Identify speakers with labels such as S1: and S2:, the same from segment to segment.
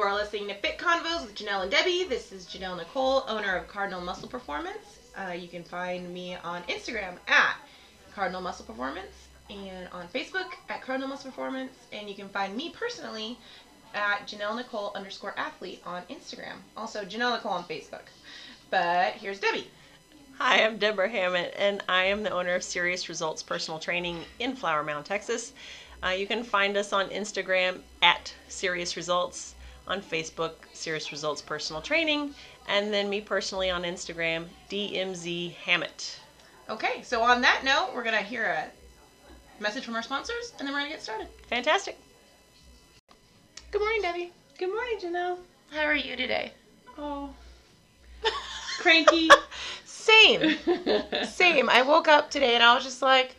S1: are listening to Fit Convos with Janelle and Debbie. This is Janelle Nicole, owner of Cardinal Muscle Performance. Uh, you can find me on Instagram at Cardinal Muscle Performance and on Facebook at Cardinal Muscle Performance. And you can find me personally at Janelle Nicole underscore athlete on Instagram. Also, Janelle Nicole on Facebook. But here's Debbie.
S2: Hi, I'm Deborah Hammett, and I am the owner of Serious Results Personal Training in Flower Mound, Texas. Uh, you can find us on Instagram at Serious Results, on Facebook, Serious Results Personal Training, and then me personally on Instagram, DMZ Hammett.
S1: Okay, so on that note, we're going to hear a message from our sponsors and then we're going to get started.
S2: Fantastic.
S1: Good morning, Debbie.
S3: Good morning, Janelle.
S1: How are you today?
S3: Oh, cranky.
S1: Same. Same. I woke up today and I was just like,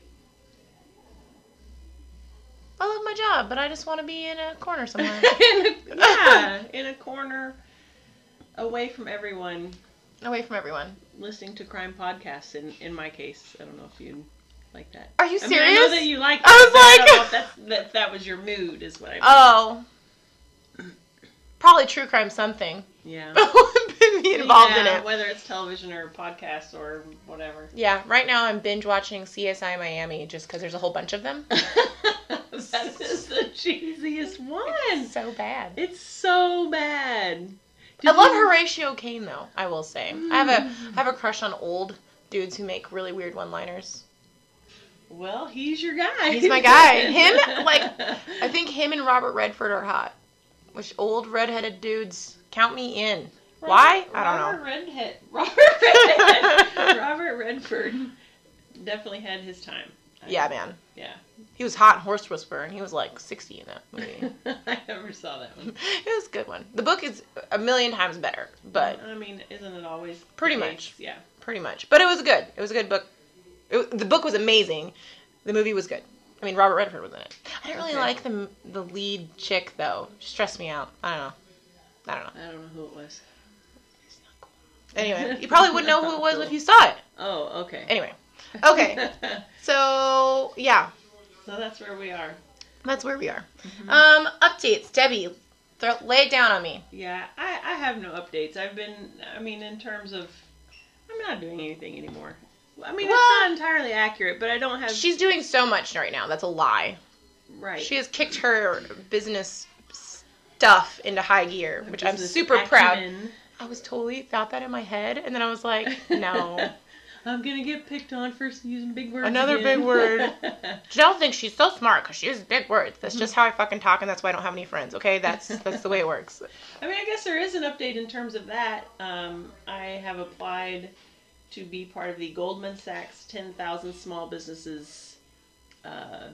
S1: I love my job, but I just want to be in a corner somewhere.
S3: in a, yeah, in a corner, away from everyone,
S1: Away from everyone.
S3: listening to crime podcasts. In in my case, I don't know if you like that.
S1: Are you
S3: I mean, I know
S1: serious?
S3: that you like.
S1: I
S3: that,
S1: was
S3: but I
S1: like-
S3: don't know if that's, that that was your mood, is what I.
S1: Oh. Probably true crime something.
S3: yeah.
S1: be involved in
S3: Yeah,
S1: it.
S3: whether it's television or podcasts or whatever.
S1: Yeah, right now I'm binge watching CSI Miami just because there's a whole bunch of them.
S3: that is the cheesiest one.
S1: so bad. Mm-hmm.
S3: It's so
S1: I
S3: bad. Did
S1: love
S3: you-
S1: Horatio Kane though. I will say I have a I have a crush on old dudes who make really weird one-liners.
S3: Well, he's your guy.
S1: He's my guy. Him, like, I think him and Robert Redford are hot. Which old redheaded dudes count me in? Why? I don't know.
S3: Robert Redhead. Robert Redhead. Robert Redford definitely had his time. I-
S1: Yeah, man.
S3: Yeah.
S1: He was hot in Horse Whisperer, and he was like 60 in that movie.
S3: I never saw that one.
S1: it was a good one. The book is a million times better, but
S3: I mean, isn't it always the
S1: Pretty
S3: case?
S1: much.
S3: Yeah.
S1: pretty much. But it was good. It was a good book. It, the book was amazing. The movie was good. I mean, Robert Redford was in it. I didn't really
S3: Okay.
S1: like the the lead chick though. She stressed me out. I don't know. I don't know.
S3: I don't know who it was.
S1: Anyway, you probably would know who it was if you saw it.
S3: Oh, okay.
S1: Anyway, okay. So yeah,
S3: so that's where we are.
S1: that's where we are.
S3: Mm-hmm.
S1: Um, updates. Debbie, throw, lay it down on me.
S3: Yeah, I, I have no updates. I've been, I mean, in terms of, I'm not doing anything anymore. I mean,
S1: Well-
S3: it's not entirely accurate, but I don't have.
S1: She's doing so much right now. That's a lie.
S3: right.
S1: She has kicked her business stuff into high gear, which I'm
S3: Business
S1: super proud.
S3: acumen.
S1: I was totally thought that in my head, and then I was like, no.
S3: I'm gonna get picked on for using big words.
S1: Another
S3: again.
S1: big word. Janelle thinks she's so smart because she uses big words. That's just how I fucking talk, and that's why I don't have any friends. Okay, that's that's the way it works.
S3: I mean, I guess there is an update in terms of that. Um, I have applied to be part of the Goldman Sachs 10,000 Small Businesses. Uh,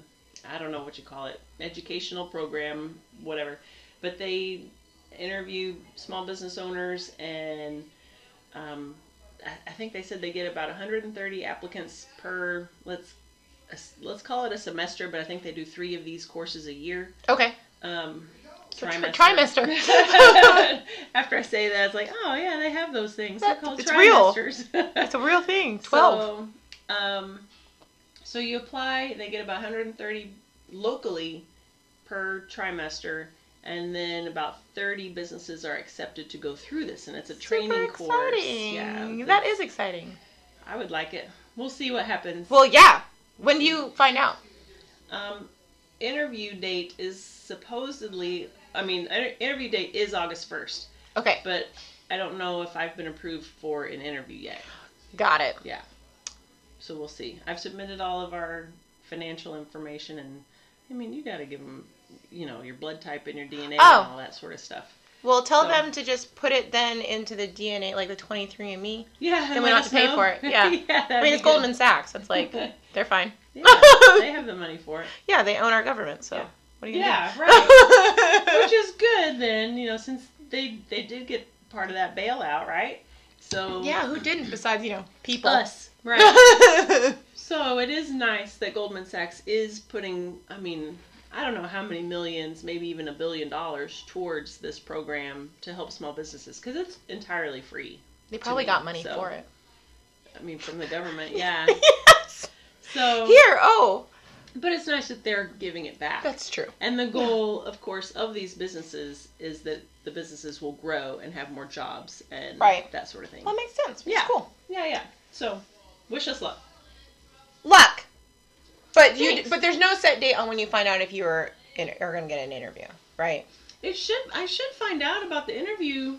S3: I don't know what you call it, educational program, whatever. But they interview small business owners, and um, I, I think they said they get about 130 applicants per. Let's let's call it a semester, but I think they do three of these courses a year.
S1: Okay,
S3: Um,
S1: so tr- trimester.
S3: After I say that, it's like, oh yeah, they have those things. They're
S1: That-
S3: called
S1: it's real.
S3: trimesters.
S1: it's a real thing. Twelve.
S3: So, um, so you apply. They get about 130 locally per trimester, and then about 30 businesses are accepted to go through this, and it's a training
S1: Super
S3: course.
S1: exciting.
S3: Yeah,
S1: that is exciting.
S3: I would like it. We'll see what happens.
S1: Well, yeah. When do you find out?
S3: Um, interview date is supposedly. I mean, inter- interview date is August 1st.
S1: Okay,
S3: but I don't know if I've been approved for an interview yet.
S1: got it.
S3: Yeah. So we'll see. I've submitted all of our financial information, and I mean, you got to give them, you know, your blood type and your DNA
S1: Oh.
S3: and all that sort of stuff.
S1: Well, tell
S3: So-
S1: them to just put it then into the DNA, like the 23andMe.
S3: Yeah.
S1: Then
S3: and
S1: we
S3: let
S1: don't have
S3: us
S1: to pay
S3: know.
S1: for it. Yeah. I
S3: that'd
S1: mean,
S3: be
S1: it's
S3: good.
S1: Goldman Sachs. It's like they're fine.
S3: yeah, they have the money for it.
S1: Yeah, they own our government, so
S3: Yeah.
S1: what are you gonna
S3: Yeah,
S1: do?
S3: right. Which is good then, you know, since they they did get part of that bailout, right? So
S1: yeah, who didn't besides you know people?
S3: us, right?
S1: Right.
S3: So it is nice that Goldman Sachs is putting, I mean, I don't know how many millions, maybe even a billion dollars towards this program to help small businesses because it's entirely free.
S1: they probably
S3: me,
S1: got money
S3: so.
S1: for it.
S3: I mean, from the government, yeah.
S1: yes.
S3: So
S1: Here, oh,
S3: But it's nice that they're giving it back.
S2: That's true.
S3: and the goal, of course, of these businesses is that the businesses will grow and have more jobs and
S1: Right.
S3: that sort of thing.
S1: Well, that makes sense. Which
S3: Yeah.
S1: is cool.
S3: Yeah, yeah. So, wish us luck.
S1: Luck. But you.
S3: Thanks.
S1: But there's no set date on when you find out if you are in, are going to get an interview, right?
S3: It should. I should find out about the interview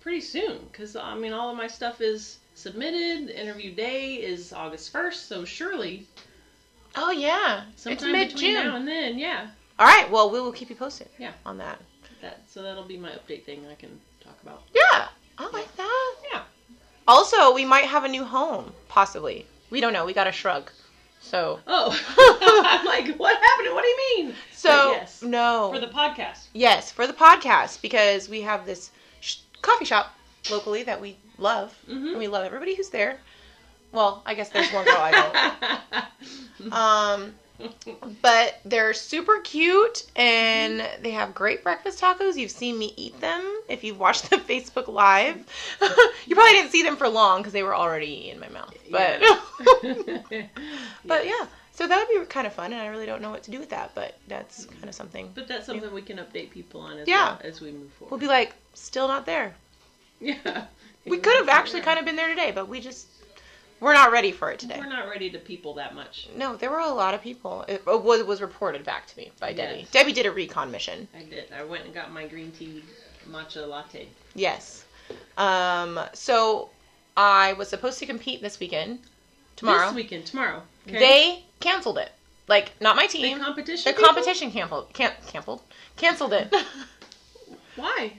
S3: pretty soon because I mean, all of my stuff is submitted. The interview day is August first, so surely
S1: Oh yeah.
S3: sometime between now and then, yeah.
S1: All right. Well, we will keep you posted.
S3: Yeah.
S1: On that.
S3: That so that'll be my update thing I can talk about.
S1: Yeah. I like that.
S3: Yeah.
S1: Also, we might have a new home, possibly. We don't know. We got a shrug. So.
S3: Oh, I'm like, what happened? What do you mean?
S1: So
S3: But yes,
S1: no.
S3: for the podcast.
S1: Yes, for the podcast because we have this sh- coffee shop locally that we love,
S3: Mhm.
S1: and we love everybody who's there. Well, I guess there's one girl I don't. Um, but they're super cute and they have great breakfast tacos. You've seen me eat them if you've watched the Facebook Live. you probably didn't see them for long because they were already in my mouth. But but yeah, so that would be kind of fun, and I really don't know what to do with that, but that's kind of something.
S3: but that's something we can update people on as
S1: Yeah.
S3: well as we move forward.
S1: We'll be like, still not there.
S3: yeah.
S1: We could have actually kind of been there today, but we just we're not ready for it today.
S3: We're not ready to people that much.
S1: No, there were a lot of people. It uh, was was reported back to me by Debbie.
S3: Yes.
S1: Debbie did a recon mission.
S3: I did. I went and got my green tea matcha latte.
S1: Yes. Um. So I was supposed to compete this weekend. Tomorrow
S3: This weekend, tomorrow.
S1: they canceled it. Like not my
S3: the
S1: team.
S3: competition.
S1: The
S3: people?
S1: competition canceled. Can- canceled. Canceled it.
S3: Why?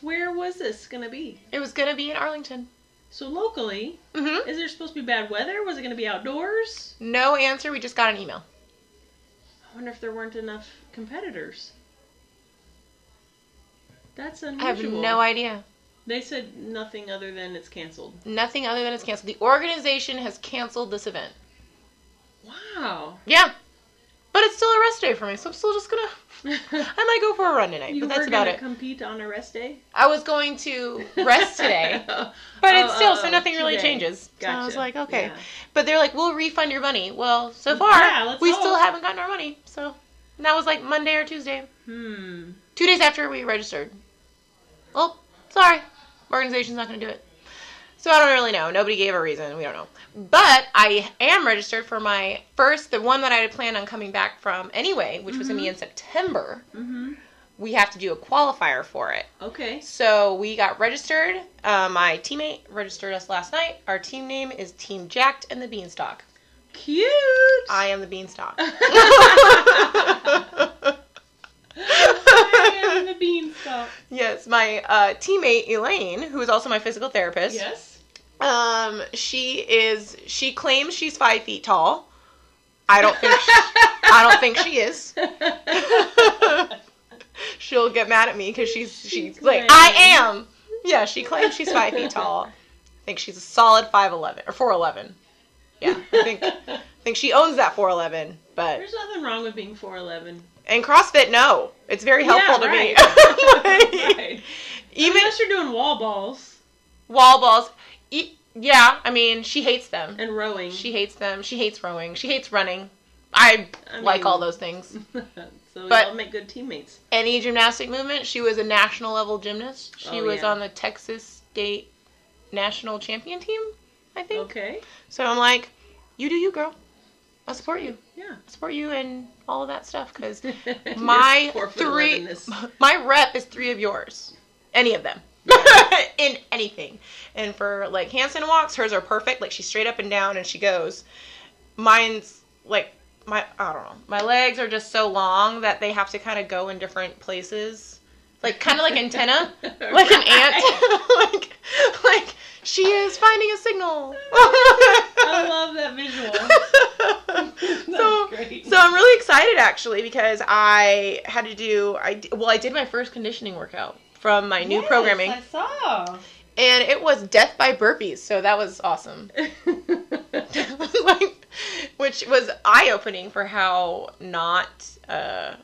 S3: Where was this gonna be?
S1: it was gonna be in Arlington.
S3: So locally,
S1: Mm-hmm.
S3: is there supposed to be bad weather? Was it gonna be outdoors?
S1: No answer. We just got an email.
S3: I wonder if there weren't enough competitors. That's unusual.
S1: I have no idea.
S3: They said nothing other than it's canceled.
S1: Nothing other than it's canceled. The organization has canceled this event.
S3: Wow.
S1: Yeah. But it's still a rest day for me, so I'm still just gonna. I might go for a run tonight,
S3: you
S1: but
S3: were
S1: that's about
S3: gonna
S1: it.
S3: compete on a rest day.
S1: I was going to rest today, but it's
S3: Oh,
S1: still,
S3: oh,
S1: so nothing really
S3: today.
S1: changes. So I was
S3: Gotcha.
S1: like, okay.
S3: Yeah. Mm.
S1: But they're like, we'll refund your money. Well, so far,
S3: Yeah, let's
S1: we
S3: hope.
S1: still haven't gotten our money, so. And that was like Monday or Tuesday.
S3: Hmm.
S1: Two days after we registered. Well, sorry. Organization's not gonna do it. So I don't really know. Nobody gave a reason. We don't know. But I am registered for my first, the one that I had planned on coming back from anyway, which was gonna be in September.
S3: Mm-hmm.
S1: we have to do a qualifier for it.
S3: Okay.
S1: So we got registered. Uh, my teammate registered us last night. Our team name is Team Jacked and the Beanstalk.
S3: Cute.
S1: I am the Beanstalk.
S3: I am the beanstalk.
S1: yes, my uh, teammate Elaine, who is also my physical therapist,
S3: Yes.
S1: um, she is. She claims she's five feet tall. I don't think. She, I don't think she is. She'll get mad at me because she's she's like I am. Yeah, she claims she's five feet tall. I think she's a solid five eleven or four eleven. Yeah, I think I think she owns that four eleven. But
S3: There's nothing wrong with being 4'11.
S1: and CrossFit, no, it's very helpful
S3: Yeah,
S1: to me.
S3: right.
S1: Even
S3: Unless you're doing wall balls
S1: wall balls. E- yeah, I mean she hates them.
S3: and rowing.
S1: She hates them. She hates rowing. She hates running. I,
S3: I
S1: like
S3: mean-
S1: all those things.
S3: so
S1: But-
S3: y'all make good teammates.
S1: Any gymnastic movement. She was a national level gymnast. She
S3: Oh,
S1: was
S3: yeah.
S1: on the Texas State national champion team, I think.
S3: Okay.
S1: So I'm like, you do you, girl. I support you.
S3: Yeah.
S1: I support you and all of that stuff because
S3: You're
S1: my
S3: four foot
S1: three,
S3: 11 this-
S1: my rep is three of yours. Any of them. In anything. And for like handstand walks, hers are perfect. Like she's straight up and down and she goes. Mine's like my I don't know. My legs are just so long that they have to kind of go in different places. Like kind of like antenna, like an ant. like like she is finding a signal.
S3: I love that visual.
S1: so,
S3: That's great.
S1: so I'm really excited actually because I had to do I d- well I did my first conditioning workout from my new
S3: Yes,
S1: programming
S3: I saw.
S1: and it was death by burpees so that was awesome like which was eye opening for how not uh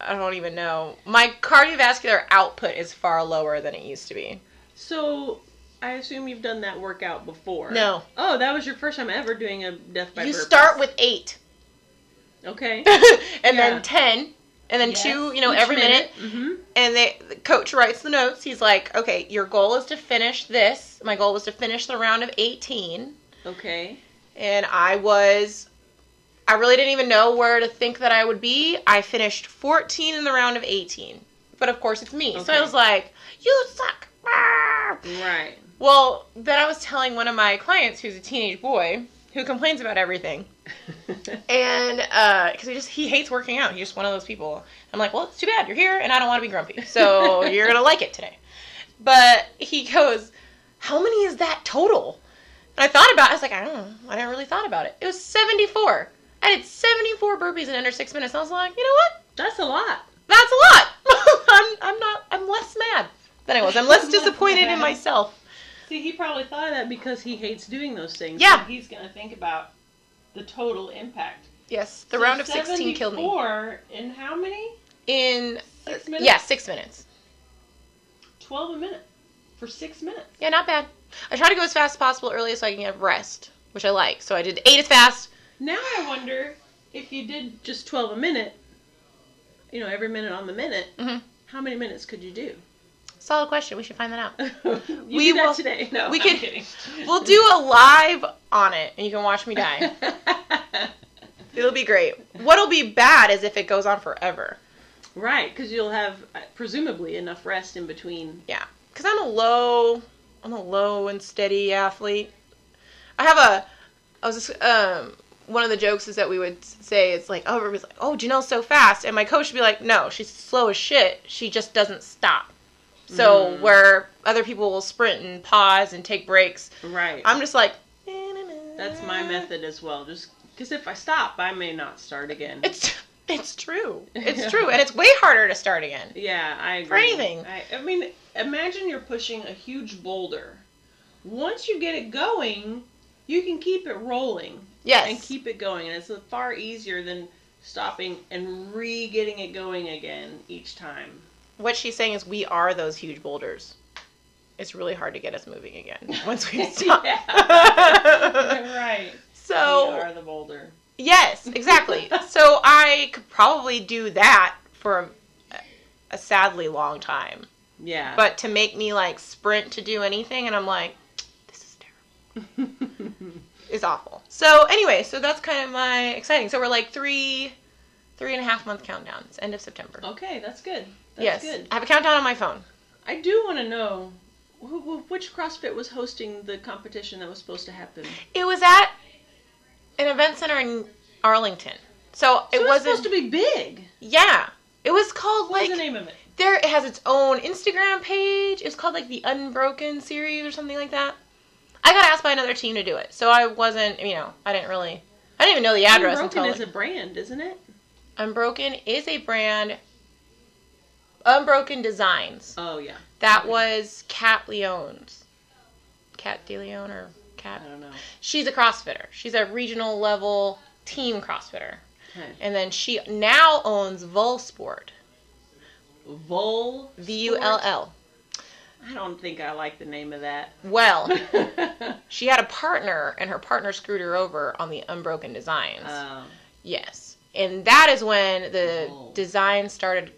S1: I don't even know my cardiovascular output is far lower than it used to be
S3: so I assume you've done that workout before.
S2: No.
S3: Oh, that was your first time ever doing a death by
S1: you
S3: purpose.
S1: start with eight,
S3: Okay.
S1: and
S3: Yeah.
S1: then ten, and then two. You know, every minute.
S3: hmm
S1: And they, the coach writes the notes. He's like, "Okay, your goal is to finish this. My goal was to finish the round of eighteen,
S3: Okay.
S1: and I was." I really didn't even know where to think that I would be. I finished 14 in the round of 18. But of course, it's me. So I
S3: Okay.
S1: was like, you suck. Ah.
S3: Right.
S1: Well, then I was telling one of my clients who's a teenage boy who complains about everything. And because he just he hates working out, he's just one of those people. I'm like, well, it's too bad you're here, and I don't want to be grumpy, so you're gonna like it today. But he goes, how many is that total? And I thought about, it. I was like, I don't know, I never really thought about it. It was 74. I did 74 burpees in under six minutes. I was like, you know what?
S3: That's a lot.
S1: That's a lot. I'm I'm not I'm less mad than I was. I'm less
S3: Less
S1: disappointed in
S3: mad.
S1: myself.
S3: See, he probably thought of that because he hates doing those things.
S1: Yeah.
S3: So he's going to think about the total impact.
S1: Yes, the
S3: So
S1: round of 16 killed me. Uh,
S3: 74 in how many?
S1: In
S3: Six minutes?
S1: yeah, six minutes.
S3: 12 a minute. For six minutes.
S1: Yeah, not bad. I try to go as fast as possible early so I can get rest, which I like. So I did eight as fast.
S3: Now I wonder if you did just 12 a minute, you know, every minute on the minute,
S1: Mhm.
S3: how many minutes could you do?
S1: Solid question. We should find that out.
S3: you
S1: We
S3: do that
S1: will-
S3: today. No,
S1: we
S3: I'm
S1: could-
S3: kidding.
S1: We'll do a live on it, and you can watch me die. It'll be great. What'll be bad is if it goes on forever.
S3: right, because you'll have uh, presumably enough rest in between.
S1: Yeah, because I'm a low, I'm a low and steady athlete. I have a, I was just, um, one of the jokes is that we would say it's like, oh, everybody's like, oh, Janelle's so fast, and my coach would be like, no, she's slow as shit. She just doesn't stop.
S3: Mm.
S1: So where other people will sprint and pause and take breaks,
S3: Right.
S1: I'm just like.
S3: That's my method as well. Just because if I stop, I may not start again.
S1: It's it's true. It's true, and it's way harder to start again.
S3: yeah, I agree.
S1: For anything.
S3: I, I mean, imagine you're pushing a huge boulder. Once you get it going, you can keep it rolling
S1: Yes.
S3: and keep it going, and it's far easier than stopping and re-getting it going again each time.
S1: what she's saying is we are those huge boulders. It's really hard to get us moving again once we stop.
S3: Yeah. right. we
S1: so
S3: are the boulder.
S1: yes, exactly. so I could probably do that for a, a sadly long time,
S3: Yeah.
S1: but to make me like sprint to do anything, and I'm like, this is terrible. It's awful. So anyway, so that's kind of my exciting. So we're like three, three and a half month countdown. It's end of September.
S3: okay, that's good. Oh,
S1: yes,
S3: That's good.
S1: I have a countdown on my phone.
S3: I do want to know who, who, which CrossFit was hosting the competition that was supposed to happen.
S1: It was at an event center in Arlington. So it
S3: So
S1: wasn't.
S3: supposed to be big.
S1: yeah, it was called
S3: What was
S1: like
S3: the name of it?
S1: there. It has its own Instagram page. It was called like the Unbroken series or something like that. I got asked by another team to do it, so I wasn't. You know, I didn't really. I didn't even know the address
S3: Unbroken
S1: until
S3: is a brand, isn't it?
S1: Unbroken is a brand. Unbroken Designs.
S3: Oh yeah.
S1: That was Cat Leone's. Cat DeLeon or
S3: I
S1: Cat
S3: don't know.
S1: she's a CrossFitter. She's a regional level team CrossFitter.
S3: Okay.
S1: And then she now owns Volsport.
S3: Vol.
S1: V U L L.
S3: I don't think I like the name of that.
S1: Well, she had a partner and her partner screwed her over on the Unbroken Designs.
S3: Um,
S1: yes. And that is when the
S3: Oh.
S1: design started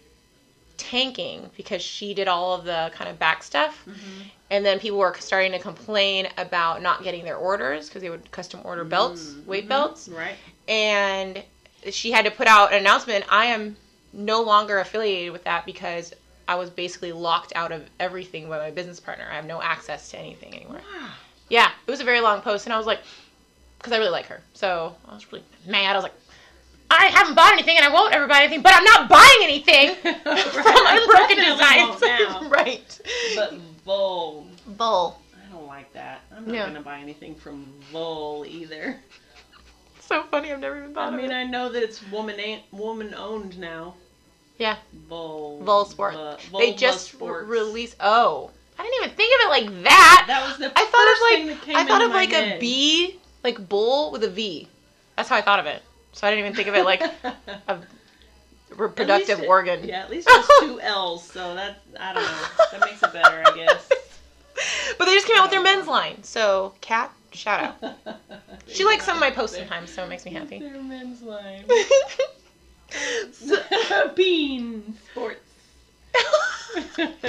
S1: tanking because she did all of the kind of back stuff.
S3: mm-hmm.
S1: And then people were starting to complain about not getting their orders because they would custom order belts,
S3: Mm.
S1: weight belts.
S3: Mm-hmm. right.
S1: and she had to put out an announcement i am no longer affiliated with that because i was basically locked out of everything by my business partner i have no access to anything anymore
S3: Wow.
S1: yeah it was a very long post and i was like because i really like her so i was really mad i was like i haven't bought anything and i won't ever buy anything but i'm not buying anything
S3: Right,
S1: from
S3: I
S1: unbroken
S3: definitely
S1: designs
S3: won't now.
S1: right
S3: But Vol.
S1: bull
S3: I don't like that. I'm not
S1: No.
S3: gonna buy anything from Vol either.
S1: so funny i've never even thought
S3: I
S1: of
S3: mean,
S1: it
S3: I know that it's woman woman owned now. uh,
S1: yeah
S3: Vol.
S1: Volsport.
S3: Vol-
S1: they just
S3: Volsports.
S1: released. Oh, I didn't even think of it like that.
S3: That was the
S1: I
S3: first
S1: thought
S3: thing
S1: of
S3: that
S1: like
S3: came
S1: I thought
S3: into
S1: of
S3: my
S1: like a
S3: head.
S1: B, like bull with a V. That's how I thought of it. So I didn't even think of it like a reproductive
S3: At least it-
S1: organ.
S3: Yeah, at least it was two L's, so that I don't know. That makes it better, I guess.
S1: But they just came out with their men's line. So, Kat, shout out. She likes some of my posts sometimes, so it makes me happy.
S3: Their men's line.
S1: so,
S3: Bean sports.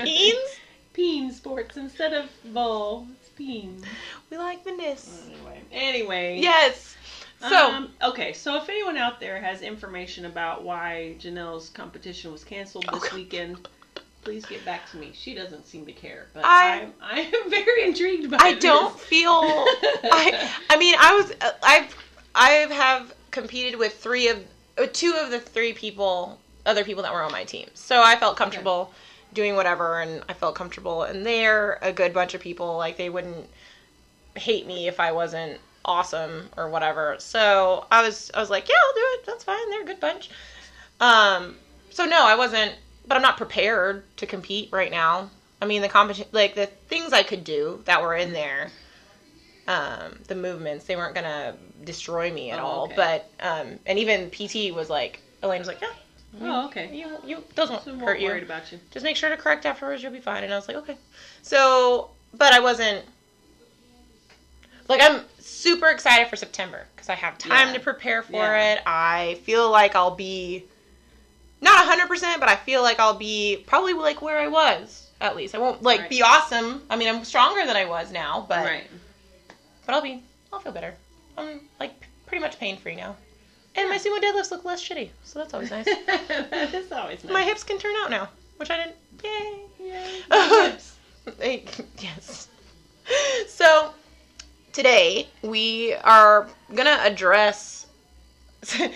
S1: beans?
S3: Peen sports instead of vol. It's peen.
S1: We like Venice.
S3: Anyway. Anyway.
S1: Yes. So,
S3: Um, okay, so if anyone out there has information about why Janelle's competition was canceled this weekend, please get back to me. She doesn't seem to care, but
S1: I-
S3: I I am very intrigued by
S1: I
S3: this.
S1: don't feel. I, I mean, I was. I've. I have competed with three of. uh, Two of the three people, other people that were on my team. So I felt comfortable doing whatever, and I felt comfortable. And they're a good bunch of people. Like, they wouldn't hate me if I wasn't awesome or whatever. So I was I was like, yeah, I'll do it. That's fine. They're a good bunch. Um, so no, I wasn't, but I'm not prepared to compete right now. I mean, the competition, like the things I could do that were in there, um, the movements, they weren't gonna destroy me at
S3: Oh,
S1: all.
S3: okay.
S1: But um, and even PT was like, Elaine was like, yeah,
S3: Oh, okay.
S1: you you those won't
S3: So I'm
S1: Mm-hmm. hurt
S3: not
S1: you
S3: worried about you.
S1: just make sure to correct afterwards you'll be fine and i was like okay so but i wasn't like i'm super excited for september because i have time
S3: Yeah.
S1: to prepare for
S3: Yeah.
S1: it i feel like i'll be not 100% but i feel like i'll be probably like where i was at least i won't like
S3: Right.
S1: be awesome i mean i'm stronger than i was now but
S3: Right.
S1: but i'll be i'll feel better i'm like p- pretty much pain free now and my sumo deadlifts look less shitty so that's always nice
S3: that is always nice.
S1: my hips can turn out now which i didn't yay
S3: Yay.
S1: hips. yes. So today we are gonna address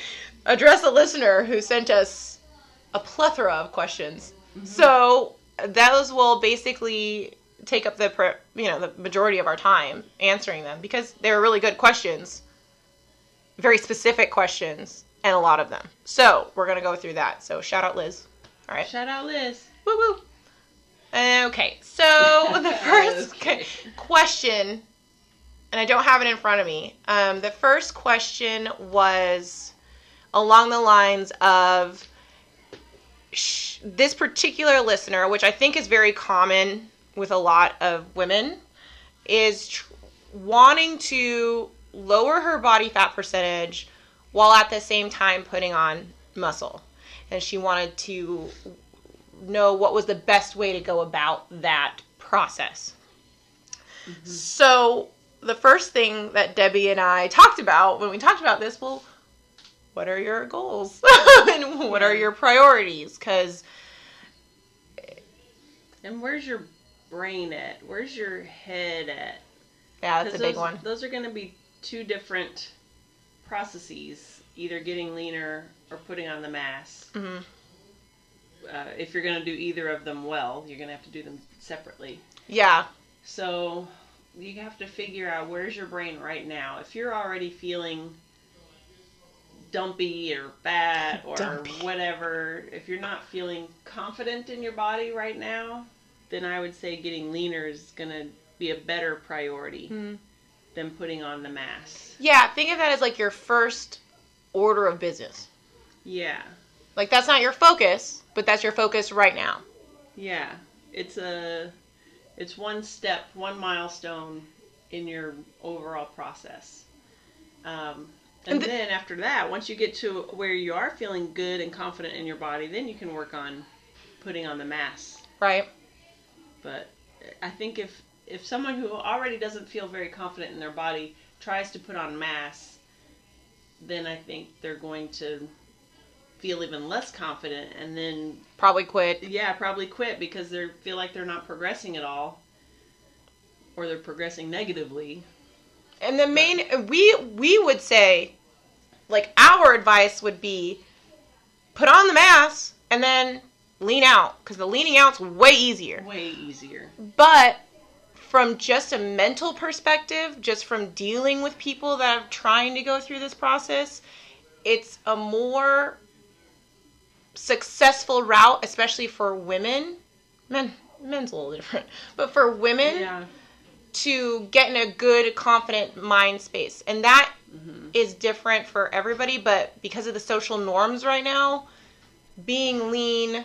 S1: address a listener who sent us a plethora of questions. So those will basically take up the pre- you know the majority of our time answering them because they're really good questions, very specific questions, and a lot of them. So we're gonna go through that. So shout out Liz. All right.
S3: Shout out Liz.
S1: Woo woo. Uh, Okay, so the first
S3: Okay.
S1: que- question, and I don't have it in front of me. Um, the first question was along the lines of sh- this particular listener, which I think is very common with a lot of women, is tr- wanting to lower her body fat percentage while at the same time putting on muscle. And she wanted to know what was the best way to go about that process.
S3: Mm-hmm.
S1: So, the first thing that Debbie and I talked about when we talked about this, well, what are your goals and what are
S3: Yeah.
S1: your priorities? Because
S3: And where's your brain at? Where's your head at?
S1: yeah, that's a
S3: 'Cause
S1: big
S3: those,
S1: one.
S3: Those are going to be two different processes: either getting leaner or putting on the mass.
S1: Mhm.
S3: Uh, if you're going to do either of them well, you're going to have to do them separately.
S1: Yeah,
S3: So you have to figure out where's your brain right now. If you're already feeling dumpy or fat or
S1: Dumpy.
S3: whatever, if you're not feeling confident in your body right now, then I would say getting leaner is going to be a better priority
S1: Mm.
S3: than putting on the mass.
S1: yeah. Think of that as like your first order of business.
S3: Yeah.
S1: Like that's not your focus, but that's your focus right now.
S3: Yeah. It's a it's one step, one milestone in your overall process. Um, and
S1: And the-
S3: then after that, once you get to where you are feeling good and confident in your body, then you can work on putting on the mass.
S1: Right.
S3: But I think if if someone who already doesn't feel very confident in their body tries to put on mass, then I think they're going to feel even less confident and then
S1: Probably quit.
S3: yeah, probably quit because they feel like they're not progressing at all, or they're progressing negatively.
S1: And the main we we would say like our advice would be put on the mass and then lean out cuz the leaning out's way easier.
S3: Way easier.
S1: But from just a mental perspective, just from dealing with people that are trying to go through this process, it's a more successful route, especially for women. Men, men's a little different, but for women
S3: Yeah,
S1: to get in a good, confident mind space, and that is
S3: Mm-hmm.
S1: different for everybody. But because of the social norms right now, being lean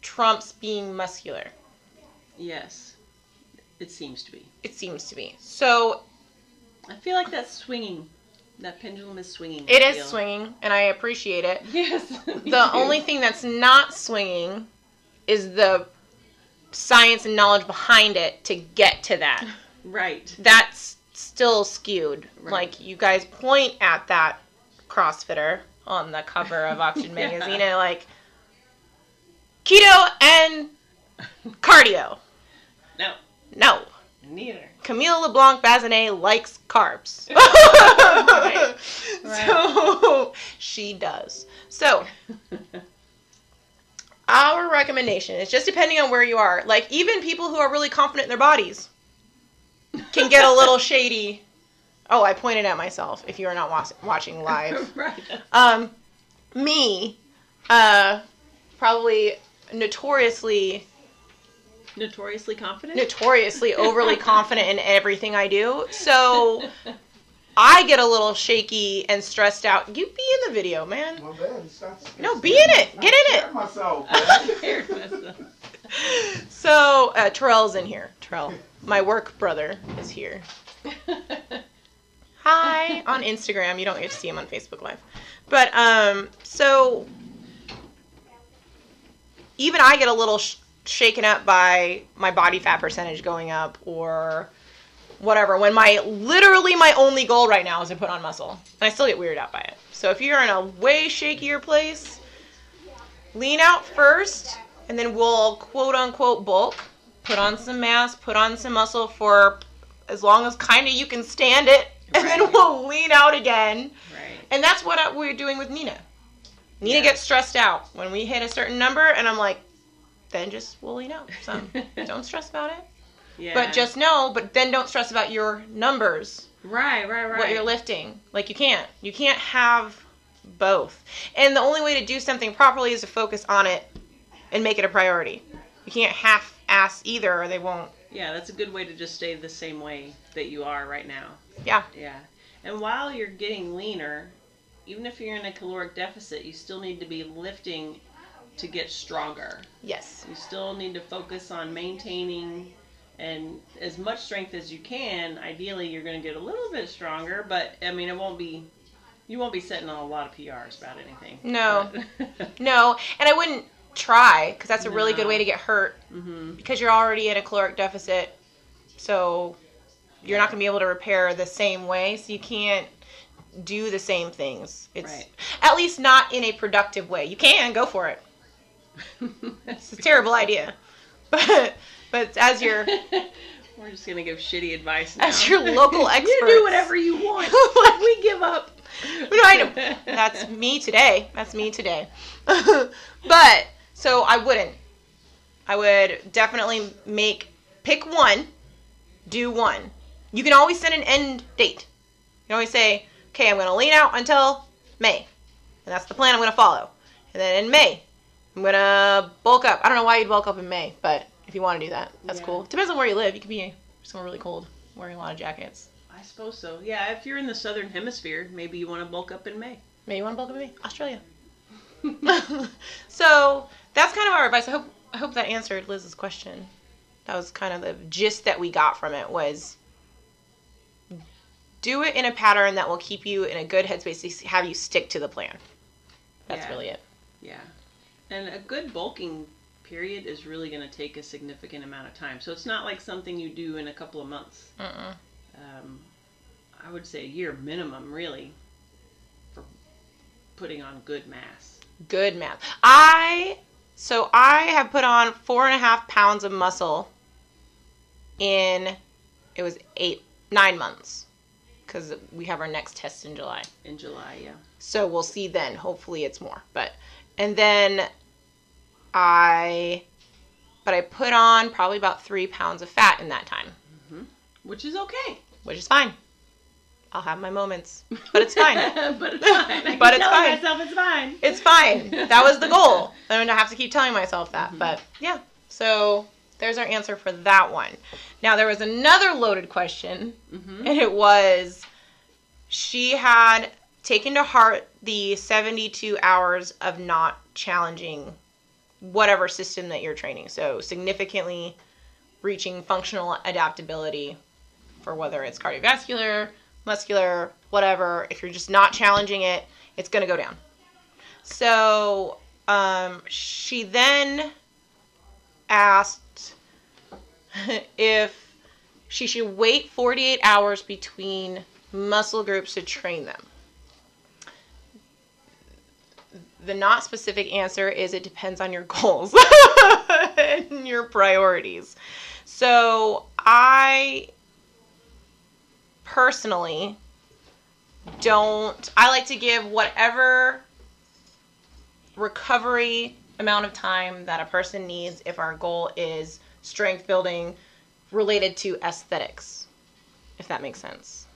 S1: trumps being muscular.
S3: yes. It seems to be.
S1: It seems to be. So
S3: I feel like that's swinging. That pendulum is swinging.
S1: it
S3: I
S1: is
S3: feel.
S1: swinging, and I appreciate it.
S3: Yes. me
S1: The
S3: too.
S1: only thing that's not swinging is the science and knowledge behind it to get to that.
S3: Right.
S1: That's still skewed.
S3: Right.
S1: Like you guys point at that CrossFitter on the cover of Oxygen
S3: Yeah.
S1: magazine and like keto and cardio.
S3: No.
S1: No.
S3: Neither.
S1: Camille LeBlanc Bazinet likes carbs.
S3: Right.
S1: So she does. So our recommendation is just depending on where you are. Like even people who are really confident in their bodies can get a little shady. Oh, I pointed at myself. If you are not wa- watching live,
S3: right.
S1: um, me, uh, probably notoriously
S3: Notoriously confident.
S1: notoriously overly confident in everything I do. So I get a little shaky and stressed out. You be in the video, man.
S4: Well, man, it's not, it's
S1: No, be in it. Get in it.
S4: I'm myself.
S3: Here, that's the-
S1: So uh, Terrell's in here. Terrell, my work brother, is here. Hi on Instagram. You don't get to see him on Facebook Live, but um, so even I get a little sh- shaken up by my body fat percentage going up or whatever. When my literally my only goal right now is to put on muscle, and I still get weirded out by it. So if you're in a way shakier place, lean out first, and then we'll quote unquote bulk, put on some mass, put on some muscle for as long as kind of you can stand it, and then
S3: Right.
S1: we'll lean out again.
S3: right.
S1: And that's what I, we're doing with Nina. Nina
S3: Yeah.
S1: gets stressed out when we hit a certain number, and I'm like, then just we'll lean out some. don't stress about it.
S3: Yeah.
S1: But just know, but then don't stress about your numbers,
S3: right, right, right.
S1: what you're lifting. Like, you can't. You can't have both. And the only way to do something properly is to focus on it and make it a priority. You can't half ass either, or they won't.
S3: yeah, that's a good way to just stay the same way that you are right now.
S1: Yeah.
S3: Yeah. And while you're getting leaner, even if you're in a caloric deficit, you still need to be lifting to get stronger.
S1: Yes.
S3: You still need to focus on maintaining and as much strength as you can. Ideally, you're going to get a little bit stronger, but I mean, it won't be you won't be setting on a lot of PRs about anything.
S1: No. No, and I wouldn't try because that's a really good
S3: No.
S1: way to get hurt
S3: hmm
S1: because you're already in a caloric deficit, so you're not going to be able to repair the same way. So you can't do the same things. It's
S3: Right.
S1: at least not in a productive way. You can go for it. It's
S3: That's
S1: a terrible idea, but but as your
S3: We're just gonna give shitty advice. Now.
S1: As your local
S3: you
S1: experts.
S3: do whatever you want.
S1: Like-
S3: we give up.
S1: No, I know. That's me today. That's me today. but so I wouldn't. I would definitely make pick one, do one. You can always set an end date. You can always say, "Okay, I'm going to lean out until May," and that's the plan I'm going to follow. And then in May, I'm going to bulk up. I don't know why you'd bulk up in May, but if you want to do that, that's
S3: Yeah.
S1: cool. Depends on where you live. You could be somewhere really cold, wearing a lot of jackets.
S3: I suppose so. Yeah, if you're in the southern hemisphere, maybe you want to bulk up in May.
S1: Maybe you want to bulk up with me, Australia. so that's kind of our advice. I hope I hope that answered Liz's question. That was kind of the gist that we got from it was do it in a pattern that will keep you in a good headspace to have you stick to the plan. That's
S3: Yeah.
S1: really it.
S3: Yeah. And a good bulking period is really going to take a significant amount of time. So it's not like something you do in a couple of months.
S1: Mm-mm.
S3: Um, I would say a year minimum, really, for putting on good mass.
S1: Good math. I so I have put on four and a half pounds of muscle in it was eight nine months because we have our next test in July.
S3: In July, yeah.
S1: So we'll see then. Hopefully it's more. But and then I but I put on probably about three pounds of fat in that time,
S3: Which is okay.
S1: which is fine. I'll have my moments. But it's fine.
S3: but it's fine. I
S1: But
S3: but
S1: it's
S3: it's
S1: fine.
S3: myself it's fine.
S1: it's fine. That was the goal. I'm gonna have to keep telling myself that. But yeah. So there's our answer for that one. Now there was another loaded question
S3: Mm-hmm.
S1: and it was she had taken to heart the 72 hours of not challenging whatever system that you're training so significantly reaching functional adaptability for whether it's cardiovascular, muscular, whatever. If you're just not challenging it, it's going to go down. So um, she then asked if she should wait 48 hours between muscle groups to train them. The not specific answer is it depends on your goals and your priorities. So I personally don't I like to give whatever recovery amount of time that a person needs if our goal is strength building related to aesthetics if that makes sense.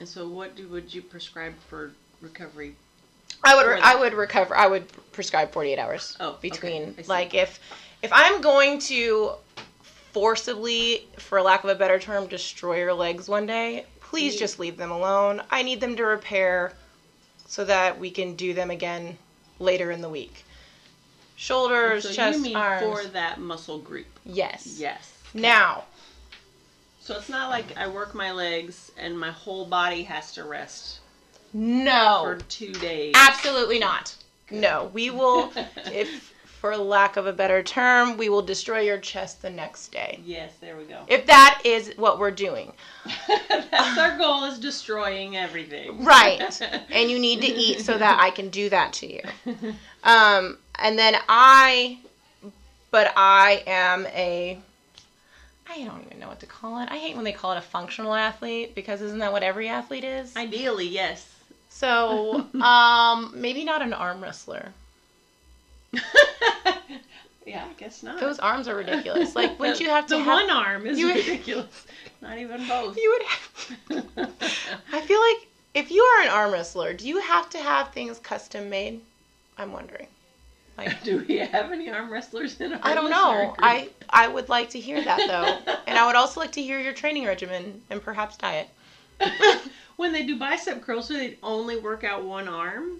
S3: And so, what do, would you prescribe for recovery?
S1: I would
S3: Or
S1: I
S3: that.
S1: would recover. I would prescribe 48 hours
S3: Oh, okay.
S1: between
S3: I see.
S1: like if if I'm going to forcibly for lack of a better term destroy your legs one day, please
S3: Ye-
S1: just leave them alone. I need them to repair so that we can do them again later in the week. Shoulders,
S3: so
S1: chest,
S3: you mean
S1: arms.
S3: for that muscle group?
S1: yes.
S3: Yes.
S1: Now,
S3: So it's not like I work my legs and my whole body has to rest
S1: no.
S3: for two days.
S1: Absolutely not. No, we will, if for lack of a better term, we will destroy your chest the next day.
S3: Yes, there we go.
S1: If that is what we're doing.
S3: That's our goal is destroying everything.
S1: Right. And you need to eat so that I can do that to you. Um, and then I, but I am a, I don't even know what to call it. I hate when they call it a functional athlete because isn't that what every athlete is?
S3: Ideally, yes.
S1: So, um, maybe not an arm wrestler.
S3: yeah, I guess not.
S1: Those arms are ridiculous. Like, wouldn't you have to
S3: the
S1: have
S3: one arm is
S1: you would-
S3: ridiculous. Not even both.
S1: You would have. I feel like if you are an arm wrestler, do you have to have things custom made? I'm wondering.
S3: Do we have any arm wrestlers in our?
S1: I don't
S3: listener
S1: know.
S3: group?
S1: I I would like to hear that though, and I would also like to hear your training regimen and perhaps diet.
S3: when they do bicep curls, do they only work out one arm?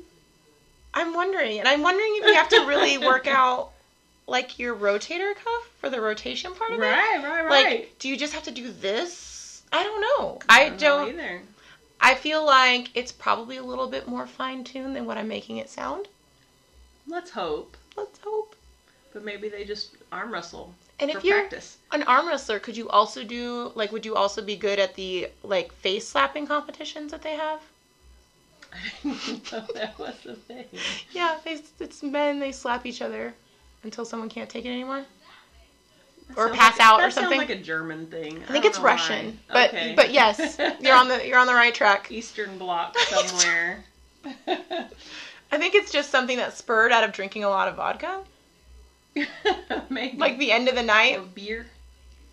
S1: I'm wondering, and I'm wondering if you have to really work out like your rotator cuff for the rotation part of it.
S3: right,
S1: Like, do you just have to do this? I don't know. I
S3: know
S1: don't.
S3: either.
S1: I feel like it's probably a little bit more fine tuned than what I'm making it sound.
S3: Let's hope.
S1: Let's hope.
S3: But maybe they just arm wrestle
S1: And
S3: for
S1: if you're
S3: practice.
S1: an arm wrestler, could you also do like would you also be good at the like face slapping competitions that they have?
S3: I didn't know that was a thing.
S1: Yeah, face it's men they slap each other until someone can't take it anymore. Or
S3: Sounds
S1: pass
S3: like-
S1: out
S3: that
S1: or something.
S3: Sounds like a German thing.
S1: I think it's Russian. But but yes, you're on the you're on the right track.
S3: Eastern Bloc somewhere.
S1: I think it's just something that spurred out of drinking a lot of vodka.
S3: Maybe
S1: Like the end of the night,
S3: Or beer.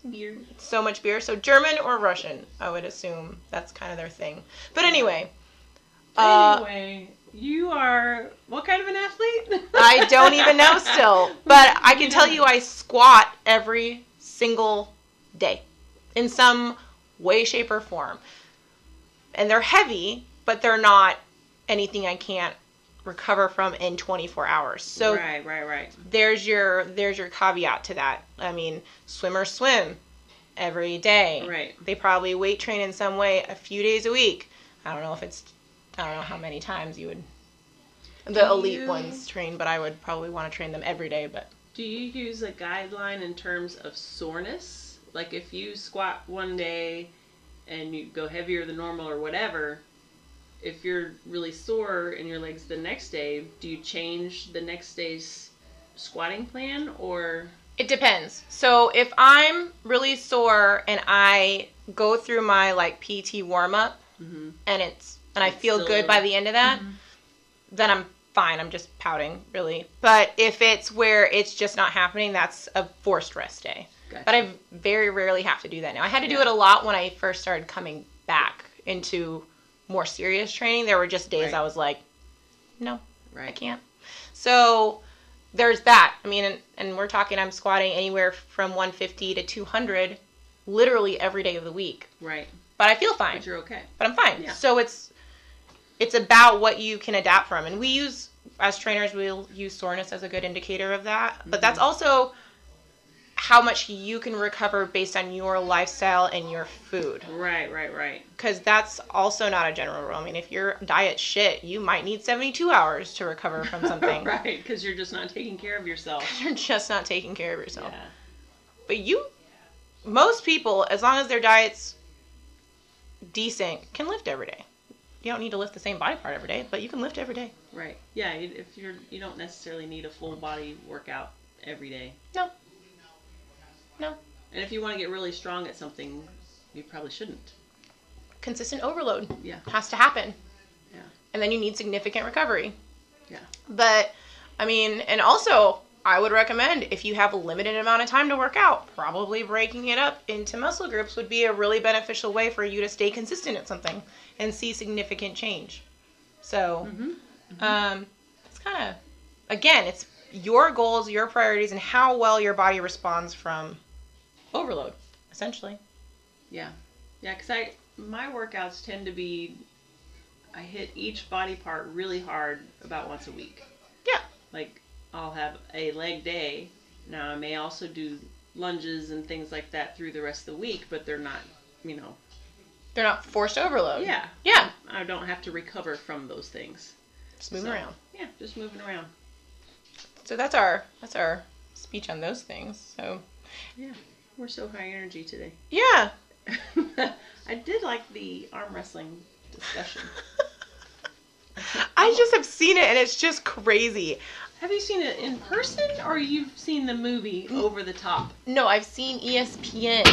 S3: Beer.
S1: so much beer. So German or Russian, I would assume that's kind of their thing. But anyway, uh,
S3: anyway, you are what kind of an athlete?
S1: I don't even know still, but I can tell you I squat every single day in some way, shape, or form. And they're heavy, but they're not anything I can't recover from in 24 hours. So
S3: right, right, right.
S1: there's your there's your caveat to that. I mean, swimmers swim every day.
S3: Right.
S1: They probably weight train in some way a few days a week. I don't know if it's I don't know how many times you would the
S3: Do
S1: elite
S3: you-
S1: ones train, but I would probably want to train them every day, but
S3: Do you use a guideline in terms of soreness? Like if you squat one day and you go heavier than normal or whatever, if you're really sore in your legs the next day, do you change the next day's squatting plan or
S1: It depends. So if I'm really sore and I go through my like PT warm up
S3: Mhm.
S1: and Mm-hmm. it's Mm-hmm. and I
S3: It's
S1: feel
S3: still-
S1: good by the end of that, then I'm fine. I'm just pouting, really. But if it's where it's just not happening, that's a forced rest day. But I very rarely have to do that now. I had to do
S3: Yeah.
S1: it a lot when I first started coming back into more serious training. There were just days
S3: Right.
S1: I was like, no, I
S3: right.
S1: can't. So there's that. I mean, and, and we're talking, I'm squatting anywhere from 150 to 200 literally every day of the week.
S3: Right.
S1: But I feel fine.
S3: But you're okay.
S1: But I'm fine.
S3: Yeah.
S1: So it's it's about what you can adapt from. And we
S3: Mm-hmm.
S1: use as trainers we'll use soreness as a good indicator of that. But that's also how much you can recover based on your lifestyle and your food.
S3: Right, right, right.
S1: Because that's also not a general rule. I mean, if your diet's shit, you might need 72 hours to recover from something.
S3: right, because you're just not taking care of yourself.
S1: You're just not taking care of yourself.
S3: Yeah.
S1: But you, most people, as long as their diet's decent, can lift every day. You don't need to lift the same body part every day, but you can lift every day.
S3: Right. Yeah. you- If you're, you don't necessarily need a full body workout every day.
S1: No. No.
S3: And if you want to get really strong at something, you probably shouldn't.
S1: Consistent overload
S3: Yeah.
S1: has to happen.
S3: Yeah.
S1: And then you need significant recovery.
S3: Yeah.
S1: But I mean, and also I would recommend if you have a limited amount of time to work out, probably breaking it up into muscle groups would be a really beneficial way for you to stay consistent at something and see significant change. So, um, it's kind of again, it's your goals, your priorities, and how well your body responds from overload, essentially.
S3: Yeah. Yeah. Because I, my workouts tend to be, I hit each body part really hard about once a week.
S1: Yeah.
S3: Like I'll have a leg day. Now I may also do lunges and things like that through the rest of the week, but they're not, you know,
S1: They're not forced overload.
S3: yeah.
S1: Yeah.
S3: I don't have to recover from those things.
S1: Just moving
S3: So,
S1: around.
S3: Yeah, just moving around.
S1: So that's our that's our speech on those things. So
S3: Yeah, we're so high energy today.
S1: yeah.
S3: I did like the arm wrestling discussion.
S1: I just have seen it and it's just crazy.
S3: Have you seen it in person or you've seen the movie Over the Top?
S1: No, I've seen E ESPN.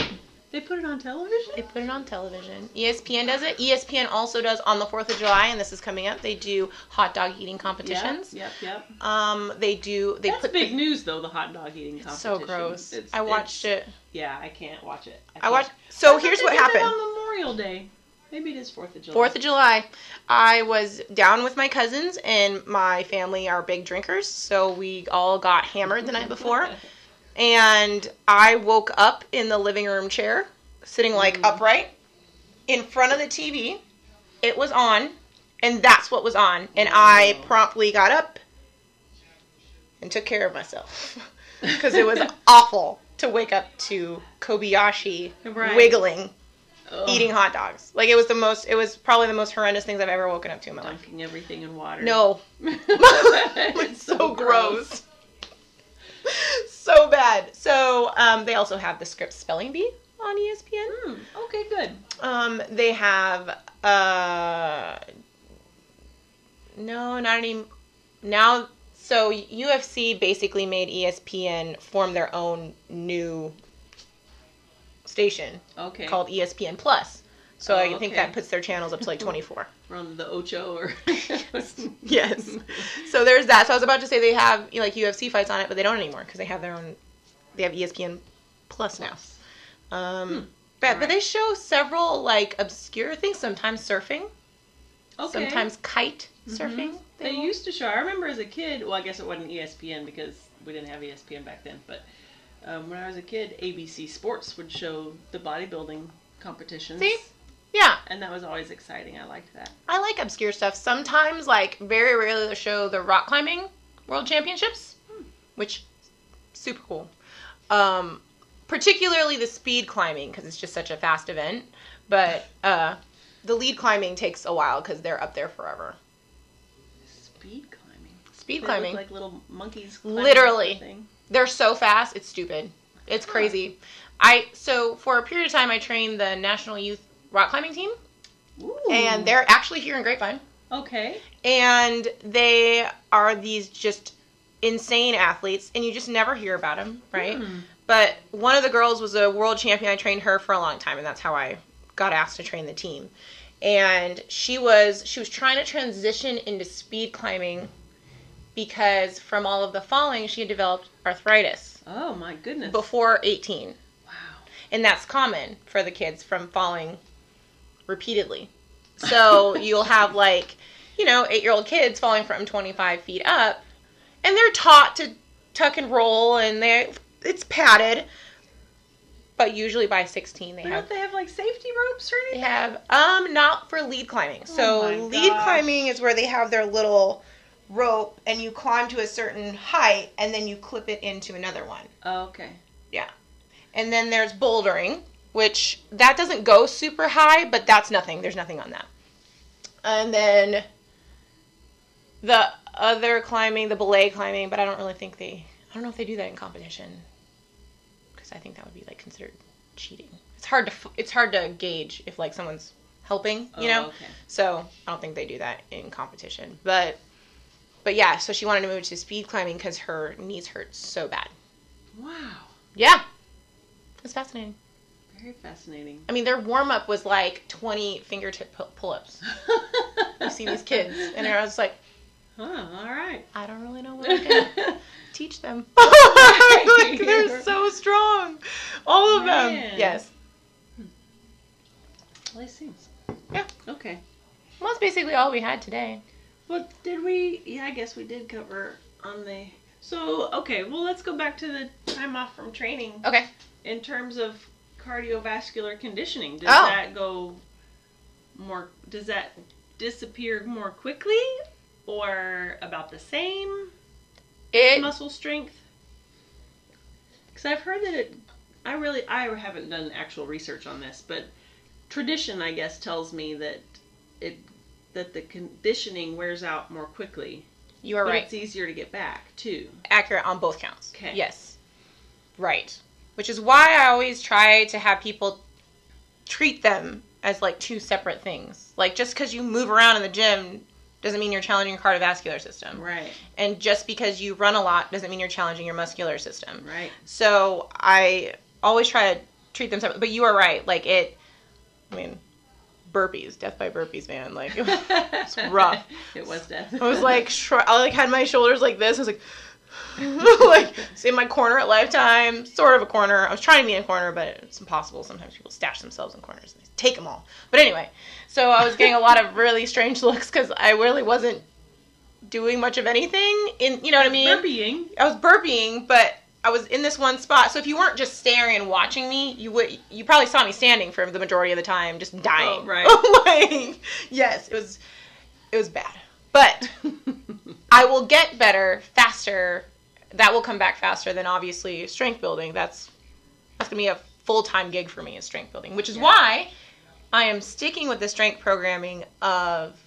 S3: They put it on television?
S1: They put it on television. E ESPN does it. ESPN also does on the 4th of July and this is coming up. They do hot dog eating competitions.
S3: Yep, yep. yep.
S1: Um they do they
S3: That's
S1: put
S3: big
S1: the-
S3: news though, the hot dog eating
S1: It's
S3: competition.
S1: so gross.
S3: It's-
S1: I watched
S3: it's-
S1: it.
S3: Yeah, I can't watch it.
S1: I
S3: can't.
S1: watched
S3: I
S1: So
S3: thought
S1: here's
S3: they
S1: what
S3: did that
S1: happened.
S3: on Memorial Day. Maybe it is 4th of July.
S1: Fourth of July, I was down with my cousins and my family are big drinkers, so we all got hammered the night before. and I woke up in the living room chair, sitting like
S3: Mm-hmm.
S1: upright in front of the TV. It was on, and that's what was on. And I
S3: Wow.
S1: promptly got up and took care of myself because it was awful to wake up to Kobayashi
S3: Right.
S1: wiggling
S3: Ugh,
S1: eating hot dogs. Like it was the most. It was probably the most horrendous things I've ever woken up to in my life.
S3: dunking everything in water.
S1: No,
S3: it's
S1: it's so gross. so bad. So um, they also have the script spelling bee on E ESPN.
S3: Hmm, okay, good.
S1: Um, they have uh, no, not any now. So UFC basically made E ESPN form their own new station
S3: Okay.
S1: called E ESPN Plus. So
S3: Oh,
S1: I think
S3: okay.
S1: that puts their channels up to like 24.
S3: from the Ocho or
S1: yes. So there's that. So I was about to say they have you know, like UFC fights on it, but they don't anymore because they have their own. They have E ESPN Plus now. Um, but but
S3: Hmm. Alright.
S1: they show several like obscure things. Sometimes surfing.
S3: Okay. Mm-hmm.
S1: Sometimes kite surfing.
S3: they
S1: will.
S3: used to show. I remember as a kid. Well, I guess it wasn't E ESPN because we didn't have E ESPN back then. But um, when I was a kid, ABC Sports would show the bodybuilding competitions.
S1: See? Yeah,
S3: And that was always exciting. I liked that.
S1: I like obscure stuff. Sometimes like very rarely they show the rock climbing world championships,
S3: Hmm.
S1: which super cool. Um, particularly the speed climbing because it's just such a fast event. But uh, the lead climbing takes a while because they're up there forever.
S3: Speed climbing.
S1: Speed
S3: They
S1: climbing,
S3: look like little monkeys. climbing
S1: Literally.
S3: that thing.
S1: they're so fast, it's stupid. It's crazy. I so for a period of time I trained the national youth rock climbing team,
S3: Ooh.
S1: and they're actually here in Grapevine.
S3: okay.
S1: and they are these just insane athletes and you just never hear about them right
S3: Hmm.
S1: but one of the girls was a world champion i trained her for a long time and that's how i got asked to train the team and she was she was trying to transition into speed climbing because from all of the falling she had developed arthritis
S3: Oh my goodness.
S1: before 18
S3: wow.
S1: and that's common for the kids from falling repeatedly. So you'll have like, you know, eight year old kids falling from 25 feet up, and they're taught to tuck and roll, and they it's padded. But usually by 16, they
S3: But
S1: have
S3: don't they have like safety ropes or
S1: they
S3: anything?
S1: have um not for lead climbing. So
S3: Oh my
S1: lead
S3: gosh.
S1: climbing is where they have their little rope, and you climb to a certain height, and then you clip it into another one
S3: Oh, okay.
S1: Yeah. And then there's bouldering, which that doesn't go super high, but that's nothing. There's nothing on that. And then the other climbing, the belay climbing, but I don't really think they, I don't know if they do that in competition because I think that would be like considered cheating. It's hard to, f- it's hard to gauge if like someone's helping, you know?
S3: Oh, okay.
S1: So I don't think they do that in competition. But but yeah, so she wanted to move to speed climbing because her knees hurt so bad.
S3: Wow.
S1: Yeah, it's fascinating.
S3: Very fascinating.
S1: I mean, their warm up was like 20 fingertip pu- pull ups. You see these kids, and I was like,
S3: Huh, Oh, all right.
S1: I don't really know what I can teach them. like, they're so strong, all of them.
S3: Man.
S1: Yes.
S3: well, it seems.
S1: Yeah.
S3: Okay.
S1: Well, that's basically all we had today.
S3: Well, did we? Yeah, I guess we did cover on the. So, okay, well, let's go back to the time off from training
S1: Okay.
S3: in terms of cardiovascular conditioning. Does
S1: Oh.
S3: that go more. Does that disappear more quickly or about the same
S1: It
S3: muscle strength? Because I've heard that it. I really. I haven't done actual research on this, but tradition, I guess, tells me that it. That the conditioning wears out more quickly
S1: you are
S3: but
S1: right.
S3: it's easier to get back too.
S1: accurate on both counts.
S3: Okay.
S1: Yes. Right. Which is why I always try to have people treat them as like two separate things. Like just because you move around in the gym doesn't mean you're challenging your cardiovascular system.
S3: Right,
S1: And just because you run a lot doesn't mean you're challenging your muscular system.
S3: right.
S1: So I always try to treat them separate. But you are right. Like it, I mean, burpees, death by burpees, man. Like
S3: it's
S1: rough.
S3: It was death.
S1: I was like, sh- I like had my shoulders like this. I was like, like it's in my corner at Lifetime, sort of a corner. I was trying to be in a corner, but it's impossible. Sometimes people stash themselves in corners and they take them all. But anyway, so I was getting a lot of really strange looks because I really wasn't doing much of anything. In you know what I mean?
S3: burping.
S1: I was burping, but I was in this one spot. So if you weren't just staring and watching me, you would you probably saw me standing for the majority of the time, just dying.
S3: Oh, right.
S1: Like, yes, it was it was bad. But I will get better faster. That will come back faster than obviously strength building. That's that's gonna be a full time gig for me is strength building, which is why I am sticking with the strength programming of